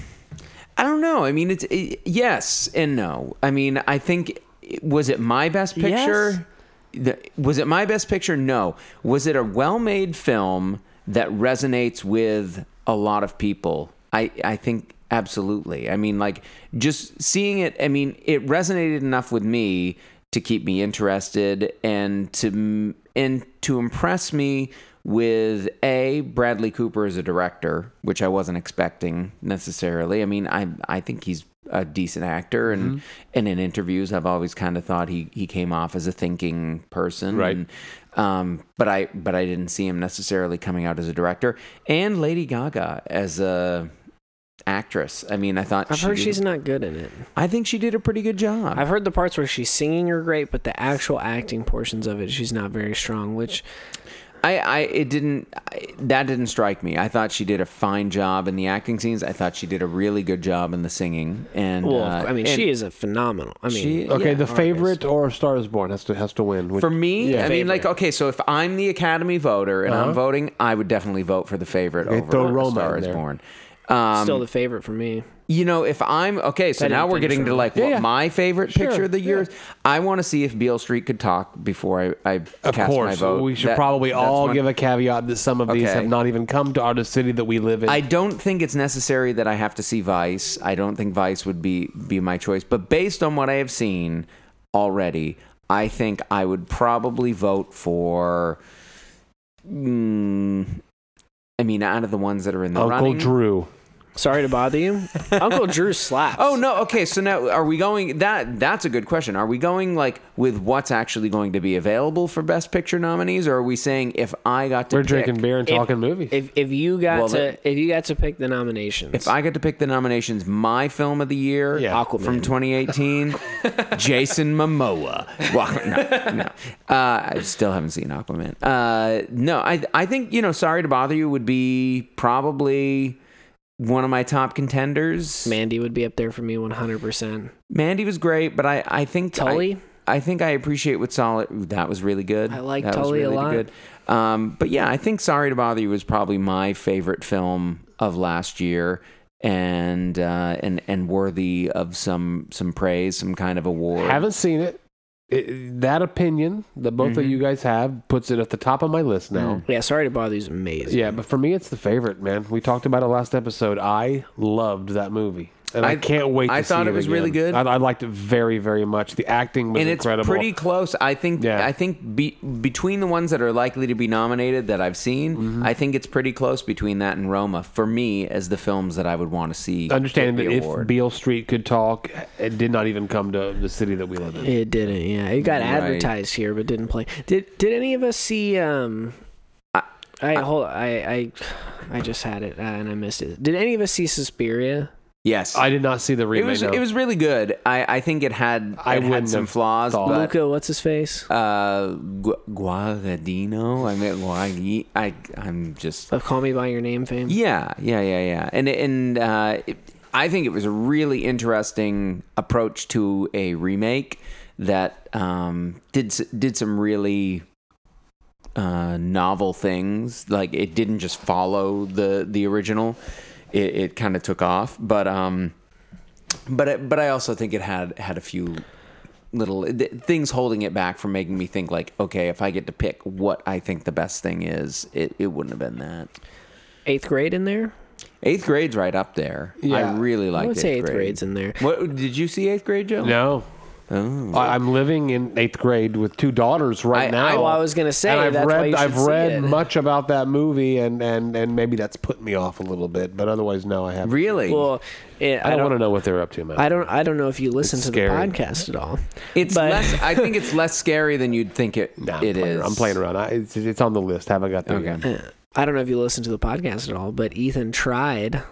[SPEAKER 2] I don't know. I mean, it's it, yes and no. I mean, I think was it my best picture? The- was it my best picture? No. Was it a well-made film that resonates with a lot of people? I I think absolutely. I mean, like just seeing it. I mean, it resonated enough with me to keep me interested and to and to impress me with a Bradley Cooper as a director, which I wasn't expecting necessarily. I mean, I I think he's a decent actor,
[SPEAKER 3] Mm-hmm.
[SPEAKER 2] and and in interviews, I've always kind of thought he he came off as a thinking person,
[SPEAKER 1] Right.
[SPEAKER 2] And, um, but I but I didn't see him necessarily coming out as a director, and Lady Gaga as a actress. I mean, I thought
[SPEAKER 3] I've
[SPEAKER 2] she
[SPEAKER 3] heard
[SPEAKER 2] did- Uh,
[SPEAKER 3] she's not good in it.
[SPEAKER 2] I think she did a pretty good job.
[SPEAKER 3] I've heard the parts where she's singing are great, but the actual acting portions of it, she's not very strong. Which
[SPEAKER 2] I, I it didn't I, that didn't strike me. I thought she did a fine job in the acting scenes. I thought she did a really good job in the singing. And
[SPEAKER 3] well,
[SPEAKER 2] uh,
[SPEAKER 3] I mean,
[SPEAKER 2] and
[SPEAKER 3] she is a phenomenal. I mean,
[SPEAKER 2] She- um,
[SPEAKER 1] Okay,
[SPEAKER 2] Yeah,
[SPEAKER 1] the favorite or A Star Is Born has to has to win. Which,
[SPEAKER 2] for me. I mean,
[SPEAKER 3] Favorite.
[SPEAKER 2] like okay, so if I'm the Academy voter and I'm voting, I would definitely vote for the favorite over
[SPEAKER 1] Uh-huh. throw
[SPEAKER 2] A
[SPEAKER 1] Roma
[SPEAKER 2] Star
[SPEAKER 1] in
[SPEAKER 2] Is
[SPEAKER 1] there.
[SPEAKER 2] Born. Uh,
[SPEAKER 3] still the favorite for me.
[SPEAKER 2] You know, if I'm okay, so
[SPEAKER 3] I didn't
[SPEAKER 2] now we're
[SPEAKER 3] finish
[SPEAKER 2] getting to
[SPEAKER 3] her.
[SPEAKER 2] like what
[SPEAKER 1] yeah.
[SPEAKER 2] my favorite picture of the year. is. I want to see if Beale Street could talk before I, I
[SPEAKER 1] of
[SPEAKER 2] cast my
[SPEAKER 1] course,
[SPEAKER 2] vote.
[SPEAKER 1] we should
[SPEAKER 2] That-
[SPEAKER 1] probably
[SPEAKER 2] that's
[SPEAKER 1] all
[SPEAKER 2] one-
[SPEAKER 1] give a caveat that some of these
[SPEAKER 2] Okay.
[SPEAKER 1] have not even come to our city that we live in.
[SPEAKER 2] I don't think it's necessary that I have to see Vice. I don't think Vice would be be my choice. But based on what I have seen already, I think I would probably vote for. Mm, I mean, out of the ones that are in the
[SPEAKER 1] Uncle
[SPEAKER 2] running.
[SPEAKER 1] Drew.
[SPEAKER 3] Sorry to bother you, Uncle Drew slaps.
[SPEAKER 2] Oh no. Okay. So now, are we going? That that's a good question. Are we going like with what's actually going to be available for Best Picture nominees, or are we saying if I got to
[SPEAKER 1] We're
[SPEAKER 2] pick,
[SPEAKER 1] drinking beer and
[SPEAKER 3] If-
[SPEAKER 1] talking movies.
[SPEAKER 3] If if you got
[SPEAKER 2] Well,
[SPEAKER 3] to
[SPEAKER 2] that-
[SPEAKER 3] if you got to pick the nominations,
[SPEAKER 2] If I got to pick the nominations, my film of the year
[SPEAKER 1] Yeah.
[SPEAKER 3] Aquaman.
[SPEAKER 2] from 2018, Jason Momoa. Well, no, no. Uh, I still haven't seen Aquaman. Uh, no, I I think you know. Sorry to bother you would be probably one of my top contenders.
[SPEAKER 3] Mandy would be up there for me 100. percent
[SPEAKER 2] Mandy was great, but I I think
[SPEAKER 3] Tully?
[SPEAKER 2] I, I think I appreciate what solid. That was really good.
[SPEAKER 3] I like
[SPEAKER 2] that
[SPEAKER 3] Tully a lot.
[SPEAKER 2] Um, but yeah, I think Sorry to Bother You was probably my favorite film of last year, and uh, and and worthy of some some praise, some kind of award.
[SPEAKER 1] Haven't seen it. It- That opinion that both
[SPEAKER 2] Mm-hmm.
[SPEAKER 1] of you guys have puts it at the top of my list
[SPEAKER 2] Mm.
[SPEAKER 1] now.
[SPEAKER 3] Yeah, sorry to bother you's amazing.
[SPEAKER 1] Yeah, but for me, it's the favorite, man. We talked about it last episode. I loved that movie. and I,
[SPEAKER 2] I-
[SPEAKER 1] can't wait. To
[SPEAKER 2] I
[SPEAKER 1] see
[SPEAKER 2] thought it was really
[SPEAKER 1] again.
[SPEAKER 2] good.
[SPEAKER 1] I, I liked it very, very much. The acting was
[SPEAKER 2] and it's
[SPEAKER 1] incredible.
[SPEAKER 2] pretty close. I think
[SPEAKER 1] Yeah.
[SPEAKER 2] I think be, between the ones that are likely to be nominated that I've seen,
[SPEAKER 1] Mm-hmm.
[SPEAKER 2] I think it's pretty close between that and Roma for me as the films that I would want to see.
[SPEAKER 1] Understanding
[SPEAKER 2] get
[SPEAKER 1] that
[SPEAKER 2] the
[SPEAKER 1] if
[SPEAKER 2] award.
[SPEAKER 1] Beale Street could talk, it did not even come to the city that we live in.
[SPEAKER 3] It didn't. Yeah, it got
[SPEAKER 2] Right.
[SPEAKER 3] advertised here, but didn't play. Did Did any of us see? Um, I,
[SPEAKER 2] I- I-
[SPEAKER 3] hold. I I I just had it uh, and I missed it. Did any of us see Suspiria?
[SPEAKER 2] yes,
[SPEAKER 1] I did not see the
[SPEAKER 2] it
[SPEAKER 1] remake.
[SPEAKER 2] was
[SPEAKER 1] no.
[SPEAKER 2] it was really good. I, I think it had
[SPEAKER 1] I
[SPEAKER 2] it
[SPEAKER 1] wouldn't
[SPEAKER 2] had
[SPEAKER 1] have
[SPEAKER 2] some flaws,
[SPEAKER 1] thought.
[SPEAKER 2] but
[SPEAKER 3] Luca, what's his face?
[SPEAKER 2] uh, Gu- Guagadino. I meant Guagi. I I'm just
[SPEAKER 3] Of Call Me by Your Name fame.
[SPEAKER 2] Yeah, yeah, yeah, yeah. And and uh, it, I think it was a really interesting approach to a remake that um, did s- did some really uh, novel things. Like it didn't just follow the the original. It, it kind of took off, but um, but it, but I also think it had had a few little th- things holding it back from making me think like okay if i get to pick what i think the best thing is it, it wouldn't have been that
[SPEAKER 3] Eighth grade in there.
[SPEAKER 2] Eighth grade's right up there.
[SPEAKER 1] Yeah.
[SPEAKER 2] I really liked
[SPEAKER 3] I would
[SPEAKER 2] eighth,
[SPEAKER 3] say eighth
[SPEAKER 2] grade.
[SPEAKER 3] grade's in there.
[SPEAKER 2] What did you see eighth grade, Joe?
[SPEAKER 1] no.
[SPEAKER 2] Oh.
[SPEAKER 1] I, I'm living in eighth grade with two daughters right
[SPEAKER 2] I-
[SPEAKER 1] now.
[SPEAKER 2] I-
[SPEAKER 3] well, I was gonna say
[SPEAKER 1] and I've
[SPEAKER 3] that's
[SPEAKER 1] read
[SPEAKER 3] why you should
[SPEAKER 1] I've
[SPEAKER 3] see
[SPEAKER 1] read
[SPEAKER 3] it.
[SPEAKER 1] much about that movie, and and and maybe that's put me off a little bit. But otherwise, no, I haven't.
[SPEAKER 2] Really?
[SPEAKER 3] Well, it,
[SPEAKER 1] I don't, want to know what they're up to, man.
[SPEAKER 3] I don't. I don't know if you listen
[SPEAKER 1] It's
[SPEAKER 3] to
[SPEAKER 1] scary.
[SPEAKER 3] the podcast at all.
[SPEAKER 2] it's
[SPEAKER 3] but-
[SPEAKER 2] less. I think it's less scary than you'd think it.
[SPEAKER 1] Nah, I'm
[SPEAKER 2] it
[SPEAKER 1] playing,
[SPEAKER 2] is.
[SPEAKER 1] I'm playing around. I, it's, it's on the list. Haven't got there. yet.
[SPEAKER 2] Okay.
[SPEAKER 3] I don't know if you listen to the podcast at all, but Ethan tried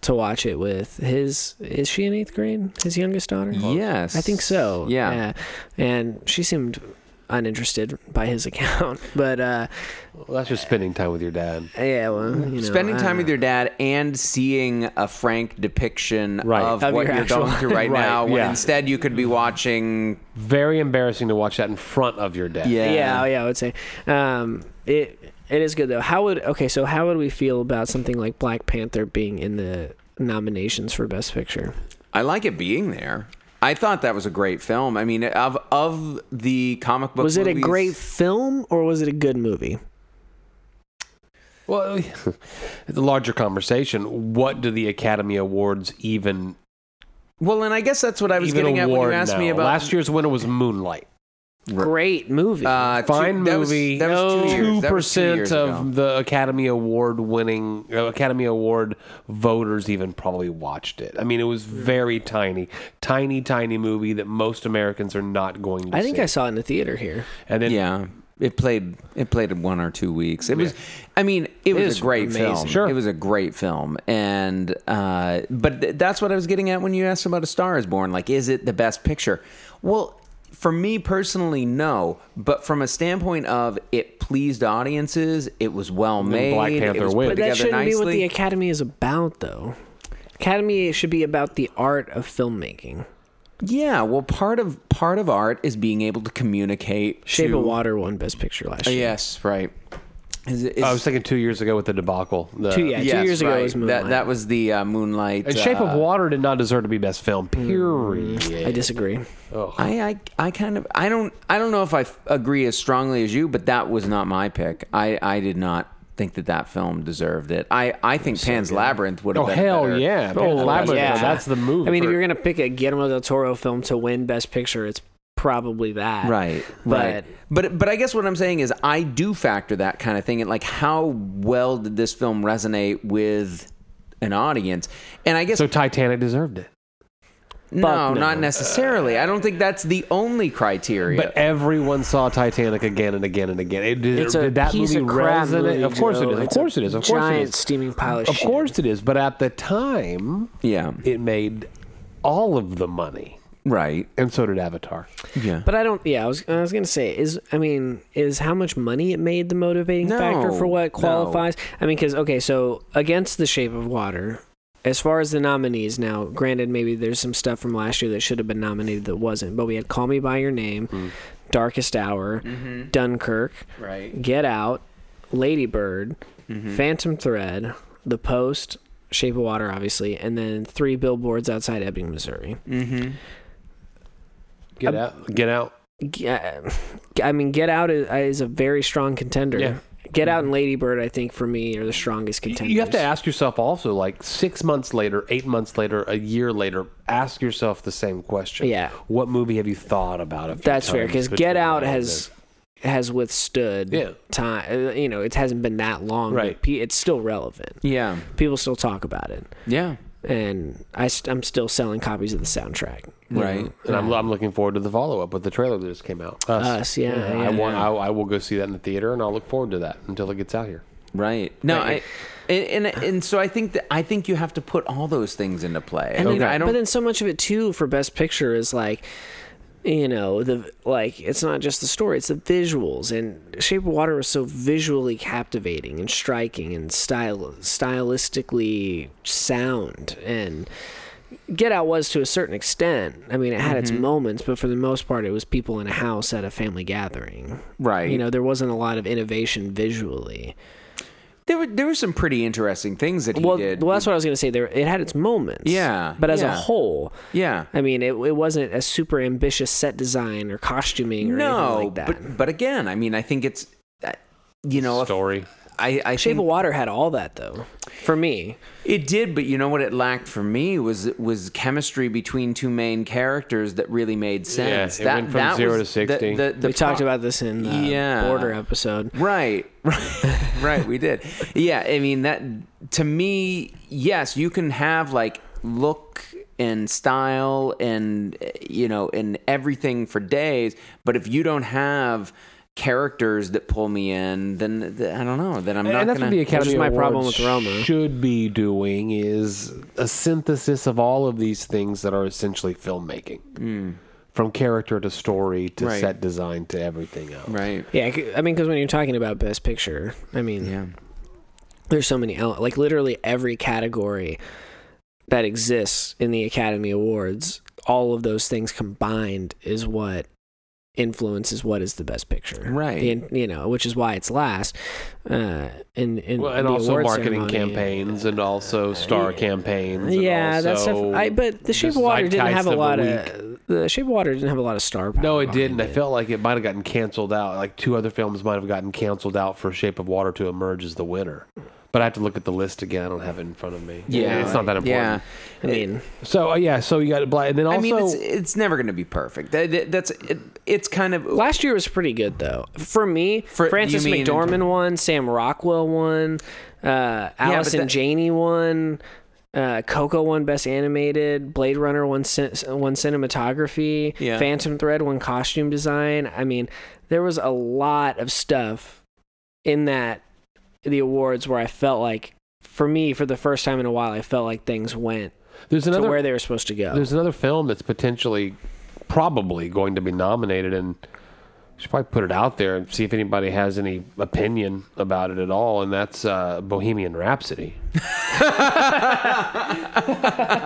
[SPEAKER 3] to watch it with his. Is she in eighth grade? His youngest daughter.
[SPEAKER 2] Yes.
[SPEAKER 3] I think so.
[SPEAKER 2] Yeah.
[SPEAKER 3] And she seemed uninterested by his account, but uh,
[SPEAKER 1] Well, that's just spending time with your dad.
[SPEAKER 3] yeah, well, you know,
[SPEAKER 2] Spending
[SPEAKER 3] I
[SPEAKER 2] time with
[SPEAKER 3] don't
[SPEAKER 2] your dad and seeing a frank depiction
[SPEAKER 1] Right.
[SPEAKER 2] of,
[SPEAKER 3] Of
[SPEAKER 2] what
[SPEAKER 3] your
[SPEAKER 2] you're going
[SPEAKER 3] actual-
[SPEAKER 2] through right,
[SPEAKER 1] Right,
[SPEAKER 2] now, when
[SPEAKER 1] yeah.
[SPEAKER 2] instead you could be watching.
[SPEAKER 1] Very embarrassing to watch that in front of your dad.
[SPEAKER 2] Yeah.
[SPEAKER 3] know. yeah, yeah, I would say um, it. It is good though. How would okay? So how would we feel about something like Black Panther being in the nominations for Best Picture?
[SPEAKER 2] I like it being there. I thought that was a great film. I mean, of of the comic book.
[SPEAKER 3] Was it a
[SPEAKER 2] movies-
[SPEAKER 3] great film or was it a good movie?
[SPEAKER 1] Well, the larger conversation. What do the Academy Awards even
[SPEAKER 2] Well, and I guess that's what I was
[SPEAKER 1] even
[SPEAKER 2] getting at when you
[SPEAKER 1] award
[SPEAKER 2] asked
[SPEAKER 1] now?
[SPEAKER 2] me about
[SPEAKER 1] Last year's winner was Moonlight.
[SPEAKER 3] Great movie.
[SPEAKER 2] Uh,
[SPEAKER 1] Fine
[SPEAKER 2] two, that was-
[SPEAKER 1] movie.
[SPEAKER 2] That was, two years. That was two years
[SPEAKER 1] percent of
[SPEAKER 2] ago.
[SPEAKER 1] the Academy Award winning uh, Academy Award voters even probably watched it. I mean, it was very tiny, tiny, tiny movie that most Americans are not going to.
[SPEAKER 3] I think
[SPEAKER 1] see.
[SPEAKER 3] I saw it in the theater here.
[SPEAKER 1] And then
[SPEAKER 2] Yeah, it played. It played in one or two weeks. It was. I mean, it, was,
[SPEAKER 3] was
[SPEAKER 2] a great
[SPEAKER 3] amazing.
[SPEAKER 2] film.
[SPEAKER 1] Sure.
[SPEAKER 2] it was a great film. And uh, but th- that's what I was getting at when you asked about A Star Is Born. Like, is it the best picture? Well. For me personally, no. But from a standpoint of it pleased audiences, it was well made.
[SPEAKER 1] Black
[SPEAKER 2] it
[SPEAKER 1] Panther
[SPEAKER 2] was
[SPEAKER 1] wins.
[SPEAKER 2] put
[SPEAKER 1] But
[SPEAKER 3] But
[SPEAKER 2] together
[SPEAKER 3] that shouldn't be what
[SPEAKER 2] nicely.
[SPEAKER 3] the Academy is about, though. Academy should be about the art of filmmaking.
[SPEAKER 2] Yeah, well, part of part of art is being able to communicate.
[SPEAKER 3] Shape
[SPEAKER 2] to,
[SPEAKER 3] of Water won Best Picture last
[SPEAKER 2] Uh,
[SPEAKER 3] year.
[SPEAKER 2] Yes, right. Is, is,
[SPEAKER 1] I was thinking two years ago with the debacle. The,
[SPEAKER 3] Two- yeah,
[SPEAKER 2] yes,
[SPEAKER 3] years ago it was Moonlight.
[SPEAKER 2] That, that was the uh, Moonlight.
[SPEAKER 1] And Shape
[SPEAKER 2] uh,
[SPEAKER 1] of Water did not deserve to be best film.
[SPEAKER 3] Hmm.
[SPEAKER 1] Period.
[SPEAKER 3] I
[SPEAKER 2] Oh,
[SPEAKER 3] disagree.
[SPEAKER 2] I, I I kind of I don't I don't know if I f- agree as strongly as you, but that was not my pick. I I did not think that that film deserved it. I I think Pan's Labyrinth would have
[SPEAKER 1] Oh
[SPEAKER 2] been
[SPEAKER 1] hell
[SPEAKER 2] better.
[SPEAKER 1] yeah! Pan's Labyrinth,
[SPEAKER 3] yeah.
[SPEAKER 1] That's the movie.
[SPEAKER 3] I mean, if
[SPEAKER 1] for-
[SPEAKER 3] you're gonna pick a Guillermo del Toro film to win Best Picture, it's probably that.
[SPEAKER 2] Right.
[SPEAKER 3] But
[SPEAKER 2] right. But but I guess what I'm saying is I do factor that kind of thing and like how well did this film resonate with an audience? And I guess
[SPEAKER 1] so Titanic deserved it,
[SPEAKER 2] no,
[SPEAKER 3] no.
[SPEAKER 2] not necessarily. I don't think that's the only criteria.
[SPEAKER 1] but everyone saw Titanic again and again and again. It, did,
[SPEAKER 3] it's a
[SPEAKER 1] did that
[SPEAKER 3] piece
[SPEAKER 1] movie
[SPEAKER 3] of crap
[SPEAKER 1] resonate?
[SPEAKER 3] movie,
[SPEAKER 1] of course
[SPEAKER 3] Joe.
[SPEAKER 1] it is. Of
[SPEAKER 3] It's a
[SPEAKER 1] course it is. Of course
[SPEAKER 3] giant
[SPEAKER 1] it is.
[SPEAKER 3] steaming pile of,
[SPEAKER 1] Of
[SPEAKER 3] shit.
[SPEAKER 1] course it is. But at the time,
[SPEAKER 2] yeah.
[SPEAKER 1] it made all of the money,
[SPEAKER 2] Right.
[SPEAKER 1] and so did Avatar.
[SPEAKER 2] Yeah.
[SPEAKER 3] But I don't. Yeah, I was. I was gonna say is. I mean, is how much money it made the motivating factor for
[SPEAKER 2] No,
[SPEAKER 3] what
[SPEAKER 2] no.
[SPEAKER 3] qualifies? I mean, because okay, so against the Shape of Water, as far as the nominees now, granted, maybe there's some stuff from last year that should have been nominated that wasn't. But we had Call Me by Your Name,
[SPEAKER 2] Hmm.
[SPEAKER 3] Darkest Hour,
[SPEAKER 2] Mm-hmm.
[SPEAKER 3] Dunkirk,
[SPEAKER 2] right.
[SPEAKER 3] Get Out, Ladybird,
[SPEAKER 2] Mm-hmm.
[SPEAKER 3] Phantom Thread, The Post, Shape of Water, obviously, and then three billboards outside Ebbing, Missouri.
[SPEAKER 2] Mm-hmm.
[SPEAKER 1] Get out. Get out.
[SPEAKER 3] uh, G- I mean, Get Out is, is a very strong contender.
[SPEAKER 1] Yeah. Mm-hmm.
[SPEAKER 3] Get Out and Lady Bird, I think, for me, are the strongest contenders.
[SPEAKER 1] You have to ask yourself also, like six months later, eight months later, a year later, ask yourself the same question.
[SPEAKER 3] Yeah.
[SPEAKER 1] What movie have you thought about? a few
[SPEAKER 3] That's fair
[SPEAKER 1] times
[SPEAKER 3] because
[SPEAKER 1] between
[SPEAKER 3] Get Out
[SPEAKER 1] now and
[SPEAKER 3] has has withstood
[SPEAKER 1] Yeah.
[SPEAKER 3] time. You know, it hasn't been that long. but
[SPEAKER 1] Right.
[SPEAKER 3] pe- It's still relevant.
[SPEAKER 2] Yeah.
[SPEAKER 3] People still talk about it,
[SPEAKER 2] Yeah.
[SPEAKER 3] and I am still selling copies of the soundtrack. you
[SPEAKER 2] Right.
[SPEAKER 3] know.
[SPEAKER 1] then? And I'm, I'm looking forward to the follow up with the trailer that just came out.
[SPEAKER 3] Us, yeah,
[SPEAKER 1] Uh-huh. I
[SPEAKER 3] yeah.
[SPEAKER 1] want. I, I will go see that in the theater, and I'll look forward to that until it gets out here.
[SPEAKER 2] Right. No,
[SPEAKER 3] Right.
[SPEAKER 2] I and, and and so I think that I think you have to put all those things into play.
[SPEAKER 3] And
[SPEAKER 2] I, mean,
[SPEAKER 3] then,
[SPEAKER 2] I
[SPEAKER 3] but
[SPEAKER 2] don't.
[SPEAKER 3] then so much of it too for Best Picture is like, you know, the like it's not just the story; it's the visuals. And Shape of Water was so visually captivating and striking, and style stylistically sound. And Get Out was to a certain extent. I mean, it had its
[SPEAKER 2] Mm-hmm.
[SPEAKER 3] moments, but for the most part, it was people in a house at a family gathering.
[SPEAKER 2] Right.
[SPEAKER 3] You know, there wasn't a lot of innovation visually.
[SPEAKER 2] there were there were some pretty interesting things that he
[SPEAKER 3] Well,
[SPEAKER 2] did.
[SPEAKER 3] well, that's what I was going to say. There, it had its moments.
[SPEAKER 2] Yeah,
[SPEAKER 3] But as a
[SPEAKER 2] yeah.
[SPEAKER 3] whole,
[SPEAKER 2] yeah.
[SPEAKER 3] I mean, it, it wasn't a super ambitious set design or costuming or
[SPEAKER 2] no,
[SPEAKER 3] anything like that.
[SPEAKER 2] but but again, I mean, I think it's uh, you know, if
[SPEAKER 1] Story.
[SPEAKER 2] I I
[SPEAKER 3] Shape
[SPEAKER 2] think
[SPEAKER 3] of Water had all that though, for me.
[SPEAKER 2] it did, but you know what it lacked for me was was chemistry between two main characters that really made sense.
[SPEAKER 1] it
[SPEAKER 2] that,
[SPEAKER 1] went from
[SPEAKER 2] that
[SPEAKER 1] zero
[SPEAKER 2] was
[SPEAKER 1] to 60.
[SPEAKER 2] The, the, the
[SPEAKER 3] we talked
[SPEAKER 2] pro-
[SPEAKER 3] about this in the
[SPEAKER 2] Yeah.
[SPEAKER 3] Border episode.
[SPEAKER 2] Right, right, right. We did. Yeah, I mean that to me. Yes, you can have like look and style and eh, you know and everything for days, but if you don't have characters that pull me in, then th- I don't know. Then I'm
[SPEAKER 1] And,
[SPEAKER 2] not
[SPEAKER 1] that's
[SPEAKER 2] gonna.
[SPEAKER 1] what the Academy
[SPEAKER 3] Which is my
[SPEAKER 1] Awards
[SPEAKER 3] problem with Roma.
[SPEAKER 1] should be doing is a synthesis of all of these things that are essentially filmmaking,
[SPEAKER 2] mm,
[SPEAKER 1] from character to story to
[SPEAKER 2] Right.
[SPEAKER 1] set design to everything else.
[SPEAKER 2] right.
[SPEAKER 3] Yeah, I c- I mean, because when you're talking about Best Picture, I mean,
[SPEAKER 2] Yeah.
[SPEAKER 3] there's so many ele- like literally every category that exists in the Academy Awards. All of those things combined is what influences what is the best picture,
[SPEAKER 2] Right.
[SPEAKER 3] And you know, which is why it's last. Uh, in in
[SPEAKER 1] Well, and
[SPEAKER 3] the
[SPEAKER 1] also
[SPEAKER 3] award
[SPEAKER 1] marketing
[SPEAKER 3] ceremony.
[SPEAKER 1] campaigns and also star campaigns. and
[SPEAKER 3] yeah, that's
[SPEAKER 1] also
[SPEAKER 3] I, but the Shape
[SPEAKER 1] just
[SPEAKER 3] of Water didn't
[SPEAKER 1] zeitgeist
[SPEAKER 3] have a
[SPEAKER 1] of the
[SPEAKER 3] lot
[SPEAKER 1] week.
[SPEAKER 3] of the Shape of Water didn't have a lot of star power.
[SPEAKER 1] No, it
[SPEAKER 3] behind
[SPEAKER 1] didn't. I felt like it might have gotten canceled out. Like two other films might have gotten canceled out for Shape of Water to emerge as the winner. But I have to look at the list again. I don't have it in front of me.
[SPEAKER 2] Yeah,
[SPEAKER 1] it's not that important.
[SPEAKER 2] Yeah.
[SPEAKER 3] I mean,
[SPEAKER 1] So uh, yeah, so you got black, and then also
[SPEAKER 2] I mean, it's it's never going to be perfect. That- that- that's it, it's kind of
[SPEAKER 3] last year was pretty good though. For me,
[SPEAKER 2] For-
[SPEAKER 3] Francis
[SPEAKER 2] you mean in
[SPEAKER 3] McDormand won, Sam Rockwell won, uh, Allison
[SPEAKER 2] that-
[SPEAKER 3] Janney won, uh, Coco won Best Animated, Blade Runner won cin- won cinematography,
[SPEAKER 2] Yeah.
[SPEAKER 3] Phantom Thread won costume design. I mean, there was a lot of stuff in that the awards where I felt like. For me, for the first time in a while, I felt like things went
[SPEAKER 1] there's
[SPEAKER 3] to
[SPEAKER 1] another
[SPEAKER 3] where they were supposed to go.
[SPEAKER 1] there's another film that's potentially probably going to be nominated, and we should probably put it out there and see if anybody has any opinion about it at all. And that's uh, Bohemian Rhapsody.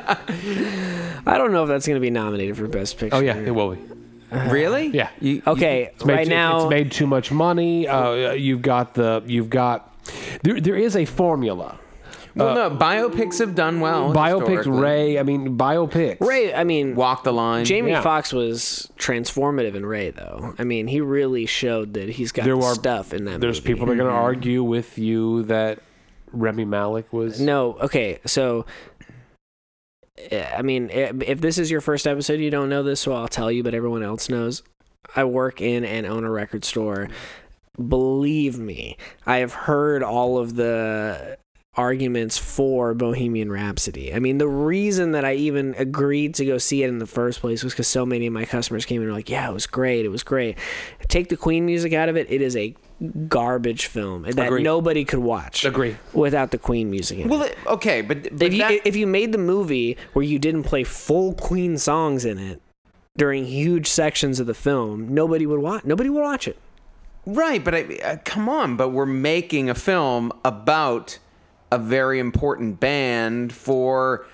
[SPEAKER 3] I don't know if that's going to be nominated for Best Picture.
[SPEAKER 1] Oh yeah, it will be.
[SPEAKER 2] really
[SPEAKER 1] Yeah.
[SPEAKER 2] You- you-
[SPEAKER 3] Okay,
[SPEAKER 1] It's made
[SPEAKER 3] right
[SPEAKER 1] too,
[SPEAKER 3] now
[SPEAKER 1] it's made too much money. Uh, you've got the you've got there. There is a formula.
[SPEAKER 2] well, no, biopics have done well.
[SPEAKER 1] uh, Biopics,
[SPEAKER 2] historically.
[SPEAKER 1] Ray. I mean, biopics.
[SPEAKER 3] Ray, I mean,
[SPEAKER 2] walk the line.
[SPEAKER 3] Jamie
[SPEAKER 1] Yeah.
[SPEAKER 3] Foxx was transformative in Ray, though. I mean, he really showed that he's got
[SPEAKER 1] There
[SPEAKER 3] the
[SPEAKER 1] are-
[SPEAKER 3] stuff in that.
[SPEAKER 1] There's
[SPEAKER 3] movie.
[SPEAKER 1] people that are going to argue with you that Remy Malik was.
[SPEAKER 3] No, okay, so. eh, I mean, eh, if this is your first episode, you don't know this, so I'll tell you, but everyone else knows. I work in and own a record store. Believe me, I have heard all of the arguments for Bohemian Rhapsody. I mean, the reason that I even agreed to go see it in the first place was because so many of my customers came in and were like, yeah, it was great. It was great. Take the Queen music out of it. It is a garbage film that
[SPEAKER 1] Agree.
[SPEAKER 3] nobody could watch.
[SPEAKER 1] Agree.
[SPEAKER 3] Without the Queen music in it.
[SPEAKER 2] Well, it- okay, but, but
[SPEAKER 3] if, you,
[SPEAKER 2] that-
[SPEAKER 3] if you made the movie where you didn't play full Queen songs in it during huge sections of the film, nobody would watch. Nobody would watch it.
[SPEAKER 2] right, but I, uh, come on, but we're making a film about a very important band for,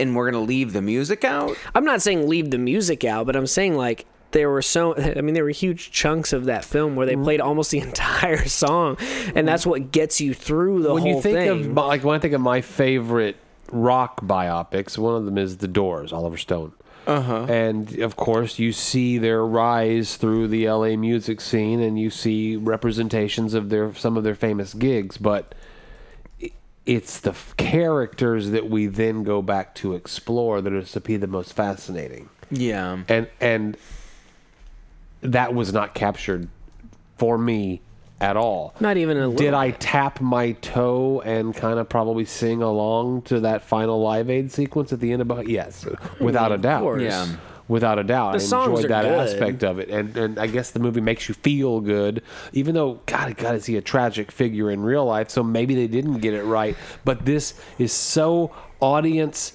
[SPEAKER 2] and we're gonna leave the music out.
[SPEAKER 3] I'm not saying leave the music out, but I'm saying like there were so I mean there were huge chunks of that film where they
[SPEAKER 1] Mm-hmm.
[SPEAKER 3] played almost the entire song, and that's what gets you through the
[SPEAKER 1] When
[SPEAKER 3] whole
[SPEAKER 1] you think
[SPEAKER 3] thing.
[SPEAKER 1] of my- like when I think of my favorite rock biopics, one of them is The Doors, Oliver Stone.
[SPEAKER 3] Uh-huh.
[SPEAKER 1] And of course, you see their rise through the LA music scene, and you see representations of their some of their famous gigs. But i- it's the f- characters that we then go back to explore that are to be the most fascinating
[SPEAKER 2] Yeah.
[SPEAKER 3] Um,
[SPEAKER 1] and and that was not captured for me at all.
[SPEAKER 3] Not even a
[SPEAKER 1] Did
[SPEAKER 3] little
[SPEAKER 1] I tap my toe and kind of probably sing along to that final Live Aid sequence at the end of yes, without a doubt.
[SPEAKER 3] course.
[SPEAKER 2] Yeah.
[SPEAKER 1] Without a doubt,
[SPEAKER 3] The
[SPEAKER 1] I
[SPEAKER 3] songs
[SPEAKER 1] enjoyed
[SPEAKER 3] are
[SPEAKER 1] that
[SPEAKER 3] good.
[SPEAKER 1] aspect of it, and and I guess the movie makes you feel good, even though God, God, is he a tragic figure in real life? So maybe they didn't get it right, but this is so audience.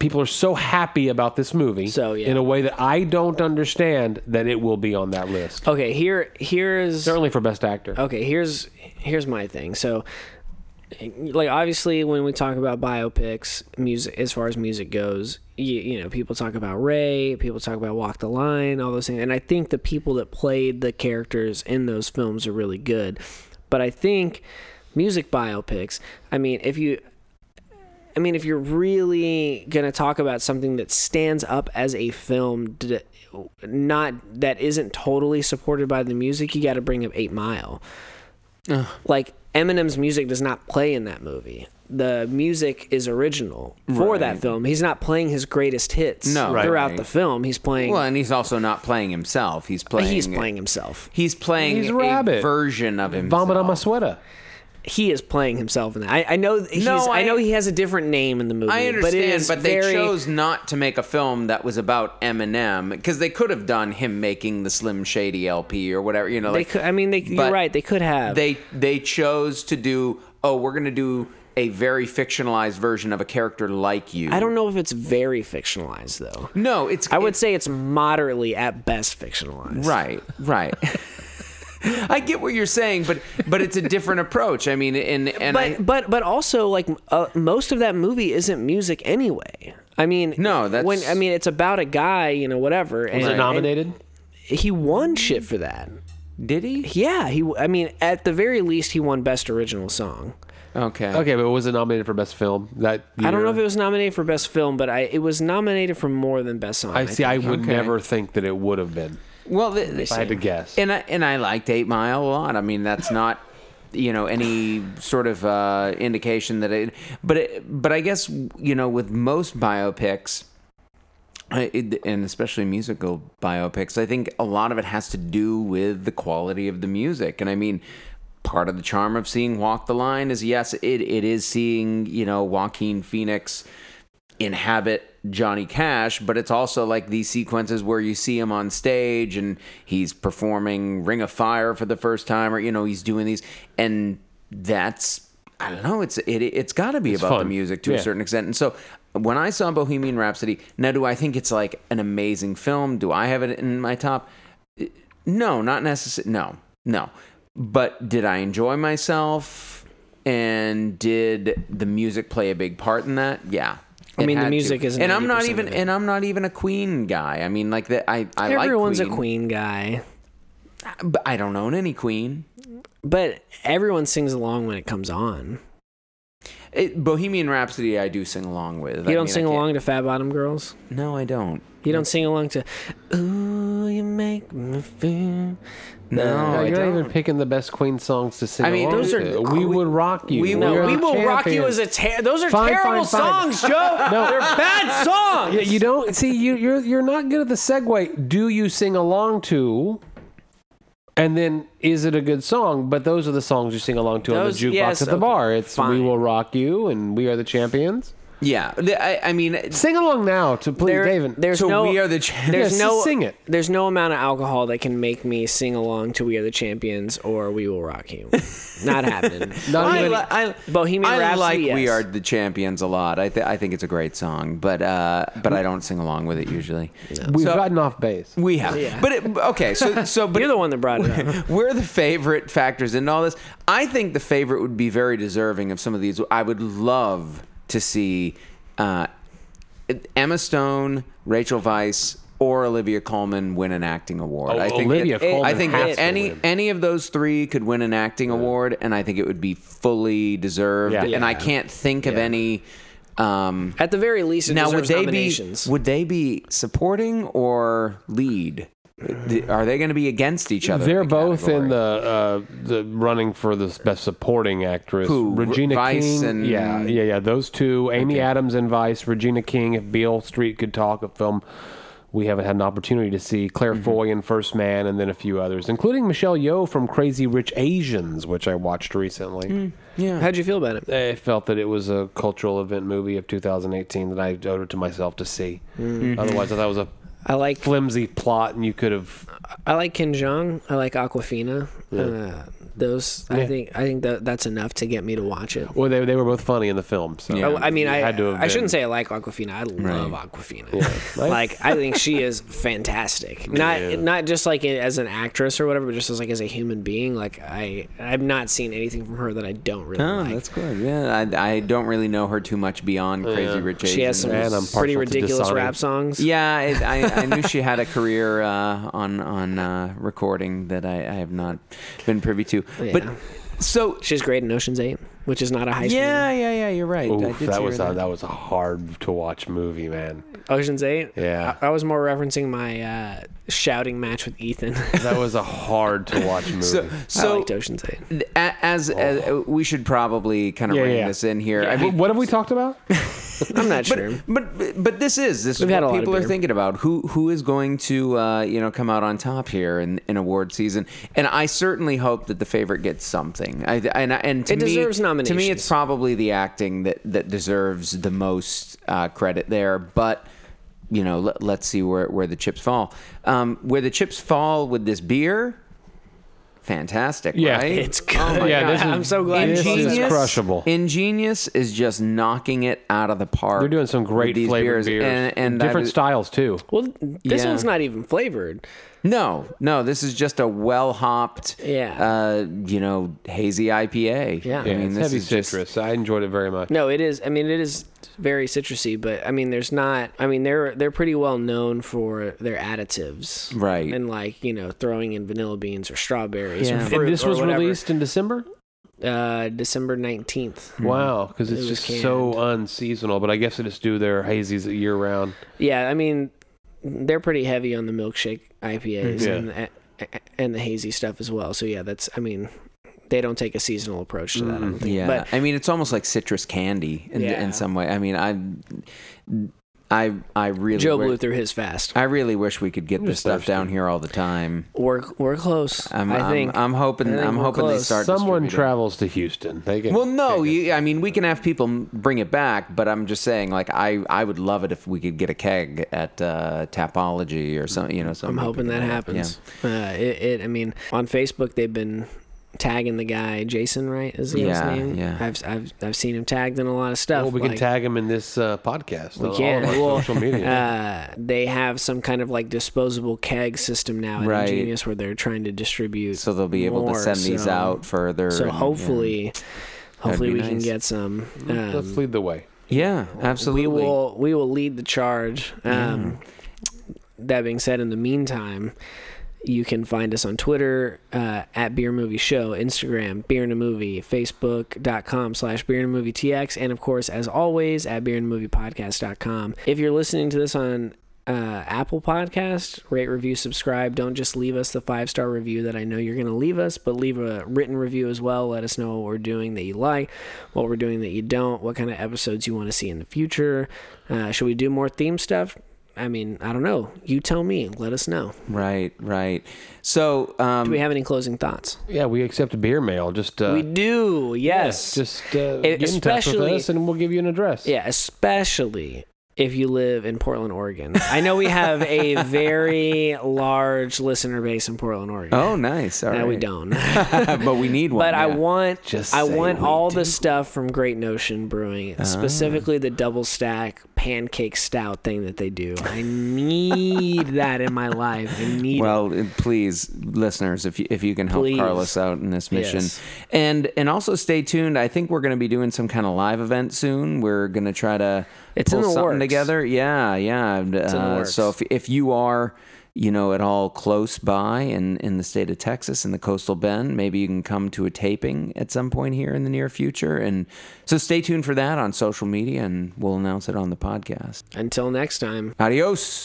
[SPEAKER 1] People are so happy about this movie
[SPEAKER 3] So, yeah.
[SPEAKER 1] in a way that I don't understand that it will be on that list.
[SPEAKER 3] Okay, here here is
[SPEAKER 1] Certainly for best actor.
[SPEAKER 3] okay here's here's my thing so like obviously when we talk about biopics music as far as music goes you, you know people talk about ray people talk about walk the line all those things and i think the people that played the characters in those films are really good but i think music biopics i mean if you I mean, if you're really gonna talk about something that stands up as a film, d- not that isn't totally supported by the music, you got to bring up Eight Mile. Like Eminem's music does not play in that movie. The music is original for that film. He's not playing his greatest hits
[SPEAKER 2] No. Right.
[SPEAKER 3] throughout
[SPEAKER 2] Right.
[SPEAKER 3] the film. He's playing.
[SPEAKER 2] Well, and he's also not playing himself. He's playing.
[SPEAKER 3] he's playing himself.
[SPEAKER 2] He's playing
[SPEAKER 1] He's
[SPEAKER 2] a
[SPEAKER 1] Rabbit.
[SPEAKER 2] version of himself.
[SPEAKER 1] Vomit on my sweater.
[SPEAKER 3] He is playing himself in that. I, I know. He's,
[SPEAKER 2] No,
[SPEAKER 3] I,
[SPEAKER 2] I-
[SPEAKER 3] know he has a different name in the movie.
[SPEAKER 2] I
[SPEAKER 3] but, it
[SPEAKER 2] understand,
[SPEAKER 3] is
[SPEAKER 2] but, they
[SPEAKER 3] very-
[SPEAKER 2] chose not to make a film that was about Eminem because they could have done him making the Slim Shady LP or whatever. You know,
[SPEAKER 3] They
[SPEAKER 2] like
[SPEAKER 3] could, I mean, they, you're
[SPEAKER 2] but
[SPEAKER 3] right. They could have.
[SPEAKER 2] they they chose to do. Oh, we're gonna do a very fictionalized version of a character like you.
[SPEAKER 3] I don't know if it's very fictionalized though.
[SPEAKER 2] No, it's.
[SPEAKER 3] I would
[SPEAKER 2] it's-
[SPEAKER 3] say it's moderately at best fictionalized.
[SPEAKER 2] Right, right. I get what you're saying, but but it's a different approach. I mean, and and I,
[SPEAKER 3] But but but also like uh, most of that movie isn't music anyway. I mean,
[SPEAKER 2] No, that's-
[SPEAKER 3] when I mean it's about a guy, you know, whatever. And,
[SPEAKER 1] Was it
[SPEAKER 2] Right.
[SPEAKER 1] nominated?
[SPEAKER 3] and he won shit for that.
[SPEAKER 2] did he?
[SPEAKER 3] Yeah, he. I mean, at the very least, he won best original song.
[SPEAKER 2] Okay.
[SPEAKER 1] Okay, but was it nominated for best film that year?
[SPEAKER 3] I don't know if it was nominated for best film, but I it was nominated for more than best song.
[SPEAKER 1] I see. I would
[SPEAKER 2] Okay.
[SPEAKER 1] never think that it would have been.
[SPEAKER 2] Well, the, the,
[SPEAKER 1] If I had to guess.
[SPEAKER 2] And I, and I liked Eight Mile a lot. I mean, that's not you know any sort of uh, indication that it. But it, but I guess you know with most biopics. I- it- and especially musical biopics, I think a lot of it has to do with the quality of the music. And I mean, part of the charm of seeing Walk the Line is yes, it, it is seeing, you know, Joaquin Phoenix inhabit Johnny Cash, but it's also like these sequences where you see him on stage and he's performing Ring of Fire for the first time, or, you know, he's doing these. And that's. I don't know. It's it. It's got to be about the
[SPEAKER 1] fun.
[SPEAKER 2] music to a
[SPEAKER 1] Yeah.
[SPEAKER 2] certain extent. And so when I saw Bohemian Rhapsody, now do I think it's like an amazing film? Do I have it in my top? No, not necessarily. No, no. But did I enjoy myself? And did the music play a big part in that? Yeah.
[SPEAKER 3] I
[SPEAKER 2] It
[SPEAKER 3] mean, the
[SPEAKER 2] had to.
[SPEAKER 3] music is
[SPEAKER 2] and I'm not
[SPEAKER 3] 90%
[SPEAKER 2] even,
[SPEAKER 3] of it.
[SPEAKER 2] and I'm not even a Queen guy. I mean, like that. I, I like
[SPEAKER 3] Everyone's
[SPEAKER 2] Queen,
[SPEAKER 3] a Queen guy,
[SPEAKER 2] but I don't own any Queen.
[SPEAKER 3] but everyone sings along when it comes on.
[SPEAKER 2] It, Bohemian Rhapsody, I do sing along with.
[SPEAKER 3] You don't sing along to Fat Bottom Girls.
[SPEAKER 2] No, I don't.
[SPEAKER 3] You don't sing along to Ooh, you make me feel.
[SPEAKER 2] No,
[SPEAKER 1] Yeah,
[SPEAKER 2] Oh, I
[SPEAKER 1] you're not
[SPEAKER 2] don't.
[SPEAKER 1] even picking the best Queen songs to sing.
[SPEAKER 2] I mean,
[SPEAKER 1] along
[SPEAKER 2] those
[SPEAKER 1] to.
[SPEAKER 2] are-
[SPEAKER 1] We would rock you.
[SPEAKER 2] We
[SPEAKER 1] are
[SPEAKER 2] will-
[SPEAKER 3] No, we
[SPEAKER 1] the
[SPEAKER 3] will rock you
[SPEAKER 1] champions.
[SPEAKER 3] as a ter- those are
[SPEAKER 1] Fine,
[SPEAKER 3] terrible
[SPEAKER 1] fine, fine.
[SPEAKER 3] songs, Joe.
[SPEAKER 1] No.
[SPEAKER 3] They're bad songs.
[SPEAKER 1] Yeah, you don't see. You, you're you're not good at the segue. Do you sing along to? And then, is it a good song? But those are the songs you sing along to
[SPEAKER 3] Those-
[SPEAKER 1] on the jukebox
[SPEAKER 3] yes,
[SPEAKER 1] at the
[SPEAKER 3] okay,
[SPEAKER 1] bar. It's "We
[SPEAKER 3] fine.
[SPEAKER 1] Will Rock You" and "We Are the Champions."
[SPEAKER 2] Yeah, the- I, I mean,
[SPEAKER 1] Sing along now to please,
[SPEAKER 3] There-
[SPEAKER 1] David.
[SPEAKER 3] there's
[SPEAKER 2] so
[SPEAKER 3] no
[SPEAKER 2] we are the
[SPEAKER 1] Yeah,
[SPEAKER 2] champions.
[SPEAKER 1] s-
[SPEAKER 3] there's no
[SPEAKER 1] sing it.
[SPEAKER 3] There's no amount of alcohol that can make me sing along to "We Are the Champions" or "We Will Rock You." Not happening.
[SPEAKER 1] Not
[SPEAKER 2] I,
[SPEAKER 1] even-
[SPEAKER 2] li- I,
[SPEAKER 3] Bohemian
[SPEAKER 2] I
[SPEAKER 3] Rhapsody,
[SPEAKER 2] like
[SPEAKER 3] yes.
[SPEAKER 2] "We Are the Champions" a lot. I, th- I think it's a great song, but uh, but I don't sing along with it usually.
[SPEAKER 1] We've
[SPEAKER 2] So-
[SPEAKER 1] gotten off base.
[SPEAKER 2] We have, but it, okay. So so but
[SPEAKER 3] You're the one that brought it up.
[SPEAKER 2] where the favorite factors in all this. I think the favorite would be very deserving of some of these. I would love to see uh, Emma Stone, Rachel Weisz, or Olivia Colman win an acting award.
[SPEAKER 1] Oh,
[SPEAKER 2] I think
[SPEAKER 1] Olivia
[SPEAKER 2] I
[SPEAKER 1] Colman
[SPEAKER 2] think
[SPEAKER 1] has to
[SPEAKER 2] any
[SPEAKER 1] win.
[SPEAKER 2] any of those three could win an acting award, and I think it would be fully deserved.
[SPEAKER 1] Yeah.
[SPEAKER 2] And I
[SPEAKER 1] Yeah.
[SPEAKER 2] can't think of any. Um,
[SPEAKER 3] At the very least, it
[SPEAKER 2] now, would
[SPEAKER 3] deserves
[SPEAKER 2] they be
[SPEAKER 3] nominations.
[SPEAKER 2] would they be supporting or lead? Th- Are they going to be against each other?
[SPEAKER 1] They're
[SPEAKER 2] in the
[SPEAKER 1] both in
[SPEAKER 2] category?
[SPEAKER 1] the uh, the running for the best supporting actress.
[SPEAKER 2] Who? R-
[SPEAKER 1] Regina
[SPEAKER 2] Vice
[SPEAKER 1] King.
[SPEAKER 2] and-
[SPEAKER 1] Yeah, yeah, yeah. Those two, Amy Adams and Vice, Regina King. If Beale Street could talk, a film we haven't had an opportunity to see.
[SPEAKER 2] Mm-hmm.
[SPEAKER 1] Claire Foy in First Man, and then a few others, including Michelle Yeoh from Crazy Rich Asians, which I watched recently.
[SPEAKER 2] Mm. yeah.
[SPEAKER 3] How'd you feel about it?
[SPEAKER 1] I felt that it was a cultural event movie of 2018 that I owed it to myself to see.
[SPEAKER 2] Mm-hmm.
[SPEAKER 1] Otherwise, I thought it was a
[SPEAKER 3] I like
[SPEAKER 1] flimsy plot, and you could have
[SPEAKER 3] I like Ken Jeong. I like Aquafina. Uh, those I think I think that that's enough to get me to watch it.
[SPEAKER 1] Well, they, they were both funny in the film. So
[SPEAKER 2] Yeah.
[SPEAKER 3] I, I mean,
[SPEAKER 1] it
[SPEAKER 3] I
[SPEAKER 1] had to have
[SPEAKER 3] I
[SPEAKER 1] been.
[SPEAKER 3] shouldn't say I like Aquafina. I love Aquafina.
[SPEAKER 1] Right.
[SPEAKER 3] like I think she is fantastic. Not not just like as an actress or whatever, but just as like as a human being. Like I I've not seen anything from her that I don't really
[SPEAKER 2] Oh,
[SPEAKER 3] like.
[SPEAKER 2] that's good. Yeah, I, I don't really know her too much beyond Crazy Rich Asians.
[SPEAKER 3] she has some
[SPEAKER 1] Man, I'm partial
[SPEAKER 3] pretty
[SPEAKER 1] to
[SPEAKER 3] ridiculous
[SPEAKER 1] Dishonored.
[SPEAKER 3] rap songs.
[SPEAKER 2] Yeah, it, I, I knew she had a career uh, on on uh, recording that I, I have not been privy to. But
[SPEAKER 3] Yeah.
[SPEAKER 2] so
[SPEAKER 3] She's great in Ocean's Eight, which is not a high school.
[SPEAKER 2] yeah, yeah, yeah, you're right. I
[SPEAKER 1] Oof,
[SPEAKER 2] did
[SPEAKER 1] that
[SPEAKER 2] see
[SPEAKER 1] was
[SPEAKER 2] her
[SPEAKER 1] a,
[SPEAKER 2] there.
[SPEAKER 1] that was a hard to watch movie, man.
[SPEAKER 3] Ocean's Eight.
[SPEAKER 1] Yeah.
[SPEAKER 3] I, I was more referencing my uh, shouting match with Ethan.
[SPEAKER 1] That was a hard to watch movie.
[SPEAKER 2] so
[SPEAKER 3] I
[SPEAKER 2] so
[SPEAKER 3] liked Ocean's Eight.
[SPEAKER 2] th- a- as, as uh, we should probably kind of
[SPEAKER 1] Yeah,
[SPEAKER 2] rein
[SPEAKER 1] yeah.
[SPEAKER 2] this in here. I
[SPEAKER 1] Wh-
[SPEAKER 2] mean, Oh
[SPEAKER 1] what have we talked about?
[SPEAKER 3] I'm not sure.
[SPEAKER 2] but but this is this is
[SPEAKER 3] We've had a
[SPEAKER 2] what
[SPEAKER 3] lot of
[SPEAKER 2] people are
[SPEAKER 3] beer.
[SPEAKER 2] thinking about. Who who is going to uh, you know come out on top here in, in award season? And I certainly hope that the favorite gets something. I, and and to
[SPEAKER 3] It
[SPEAKER 2] me,
[SPEAKER 3] deserves
[SPEAKER 2] To me, it's
[SPEAKER 3] nominations.
[SPEAKER 2] probably the acting that that deserves the most uh, credit there. But you know, let, let's see where where the chips fall. Um, where the chips fall with this beer. Fantastic,
[SPEAKER 1] Yeah.
[SPEAKER 2] right?
[SPEAKER 3] It's good.
[SPEAKER 2] Oh my
[SPEAKER 1] Yeah,
[SPEAKER 2] God.
[SPEAKER 1] this is-
[SPEAKER 3] I'm so glad
[SPEAKER 1] this
[SPEAKER 3] you brought
[SPEAKER 1] is
[SPEAKER 3] that up.
[SPEAKER 1] crushable.
[SPEAKER 2] Ingenious is just knocking it out of the park.
[SPEAKER 1] They're doing some great
[SPEAKER 2] with these
[SPEAKER 1] flavored beers,
[SPEAKER 2] and, and I
[SPEAKER 1] different
[SPEAKER 2] was-
[SPEAKER 1] styles too.
[SPEAKER 3] Well, th- this
[SPEAKER 2] Yeah.
[SPEAKER 3] one's not even flavored.
[SPEAKER 2] No, no, this is just a well hopped,
[SPEAKER 3] Yeah.
[SPEAKER 2] uh, you know, hazy IPA.
[SPEAKER 3] Yeah.
[SPEAKER 2] I
[SPEAKER 1] Yeah,
[SPEAKER 2] mean,
[SPEAKER 1] it's
[SPEAKER 2] this
[SPEAKER 1] heavy
[SPEAKER 2] is just-
[SPEAKER 1] citrus. I enjoyed it very much.
[SPEAKER 3] No, it is. I mean, it is very citrusy, but I mean, there's not. I mean, they're they're pretty well known for their additives,
[SPEAKER 2] Right.
[SPEAKER 3] And like you know, throwing in vanilla beans or strawberries.
[SPEAKER 2] Yeah.
[SPEAKER 3] Or
[SPEAKER 2] And
[SPEAKER 3] fruit
[SPEAKER 1] and this
[SPEAKER 3] or
[SPEAKER 1] was
[SPEAKER 3] whatever.
[SPEAKER 1] released in December.
[SPEAKER 2] Mm-hmm.
[SPEAKER 3] uh, December
[SPEAKER 2] Hmm.
[SPEAKER 3] nineteenth.
[SPEAKER 1] Wow, because it's
[SPEAKER 3] It was
[SPEAKER 1] just so unseasonal. But I guess they just do their hazies year round.
[SPEAKER 3] Yeah, I mean, they're pretty heavy on the milkshake IPAs
[SPEAKER 1] Yeah.
[SPEAKER 3] and a- a- and the hazy stuff as well. So yeah, that's. I mean, they don't take a seasonal approach to that. I don't think.
[SPEAKER 2] Yeah.
[SPEAKER 3] But
[SPEAKER 2] I mean, it's almost like citrus candy in,
[SPEAKER 3] Yeah.
[SPEAKER 2] in some way. I mean, I, I, I really,
[SPEAKER 3] Joe
[SPEAKER 2] wi-
[SPEAKER 3] blew through his fast.
[SPEAKER 2] I really wish we could get this stuff down here all the time.
[SPEAKER 3] We're we're close.
[SPEAKER 2] I'm,
[SPEAKER 3] I
[SPEAKER 2] I'm-
[SPEAKER 3] think.
[SPEAKER 2] I'm hoping.
[SPEAKER 3] I think
[SPEAKER 2] I'm
[SPEAKER 3] we're
[SPEAKER 2] hoping they
[SPEAKER 3] close.
[SPEAKER 2] start.
[SPEAKER 1] Someone
[SPEAKER 2] distributing.
[SPEAKER 1] travels to Houston. They can.
[SPEAKER 2] Well, no,
[SPEAKER 1] take it.
[SPEAKER 2] you, I mean we can have people m- bring it back, but I'm just saying, like I, I would love it if we could get a keg at uh, Tapology or something, you know, something.
[SPEAKER 3] I'm hoping that happens. Uh, it, it, I mean, on Facebook they've been tagging the guy Jason, right? Is his
[SPEAKER 2] Yeah,
[SPEAKER 3] name?
[SPEAKER 2] yeah.
[SPEAKER 3] I've, I've I've seen him tagged in a lot of stuff.
[SPEAKER 1] Well, we
[SPEAKER 3] like,
[SPEAKER 1] can tag him in this uh, podcast.
[SPEAKER 3] We
[SPEAKER 1] on all
[SPEAKER 3] can.
[SPEAKER 1] of our
[SPEAKER 3] Well,
[SPEAKER 1] social media.
[SPEAKER 3] Uh, they have some kind of like disposable keg system now at
[SPEAKER 2] Right.
[SPEAKER 3] Ingenious where they're trying to distribute.
[SPEAKER 2] So they'll be able
[SPEAKER 3] more,
[SPEAKER 2] to send these
[SPEAKER 3] so-
[SPEAKER 2] out further.
[SPEAKER 3] So
[SPEAKER 2] and, yeah.
[SPEAKER 3] hopefully, hopefully
[SPEAKER 2] be
[SPEAKER 3] we can
[SPEAKER 2] nice.
[SPEAKER 3] get some.
[SPEAKER 1] Let's
[SPEAKER 3] Um,
[SPEAKER 1] lead the way.
[SPEAKER 2] yeah,
[SPEAKER 3] we
[SPEAKER 2] absolutely.
[SPEAKER 3] will we will lead the charge. Um, That being said, in the meantime, you can find us on Twitter uh, at Beer Movie Show, Instagram Beer and a Movie, Facebook.com slash Beer and a Movie TX, and of course, as always, at Beer and a Movie Podcast.com. If you're listening to this on uh, Apple Podcast, rate, review, subscribe. Don't just leave us the five star review that I know you're going to leave us, but leave a written review as well. Let us know what we're doing that you like, what we're doing that you don't, what kind of episodes you want to see in the future. Uh, should we do more theme stuff? I mean, I don't know. You tell me. Let us know.
[SPEAKER 2] Right, right. So um,
[SPEAKER 3] Do we have any closing thoughts?
[SPEAKER 1] Yeah, we accept beer mail. Just uh,
[SPEAKER 3] We do. Yes.
[SPEAKER 1] Just uh,
[SPEAKER 3] It-
[SPEAKER 1] get in touch with
[SPEAKER 3] especially-
[SPEAKER 1] us, and we'll give you an address.
[SPEAKER 3] yeah, especially if you live in Portland, Oregon. I know we have a very large listener base in Portland, Oregon.
[SPEAKER 2] oh, nice. All
[SPEAKER 3] no, we
[SPEAKER 2] right.
[SPEAKER 3] don't.
[SPEAKER 2] but we need one.
[SPEAKER 3] But I
[SPEAKER 2] yeah.
[SPEAKER 3] want
[SPEAKER 1] Just
[SPEAKER 3] I
[SPEAKER 1] say
[SPEAKER 3] want
[SPEAKER 1] we
[SPEAKER 3] all the stuff from Great Notion
[SPEAKER 2] Ah.
[SPEAKER 3] Brewing, specifically the double stack pancake stout thing that they do. I need that in my life. I need it.
[SPEAKER 2] Well, uh, please, listeners, if you, if you can help
[SPEAKER 3] Please.
[SPEAKER 2] Carlos out in this mission,
[SPEAKER 3] Yes.
[SPEAKER 2] and and also stay tuned. I think we're going to be doing some kind of live event soon. We're going to try to
[SPEAKER 3] It's in
[SPEAKER 2] pull
[SPEAKER 3] the
[SPEAKER 2] something
[SPEAKER 3] works.
[SPEAKER 2] together. Yeah, yeah. and,
[SPEAKER 3] in the
[SPEAKER 2] uh,
[SPEAKER 3] works.
[SPEAKER 2] So if if you are you know, at all close by in, in the state of Texas in the coastal bend, maybe you can come to a taping at some point here in the near future. And so stay tuned for that on social media and we'll announce it on the podcast.
[SPEAKER 3] Until next time.
[SPEAKER 2] Adios.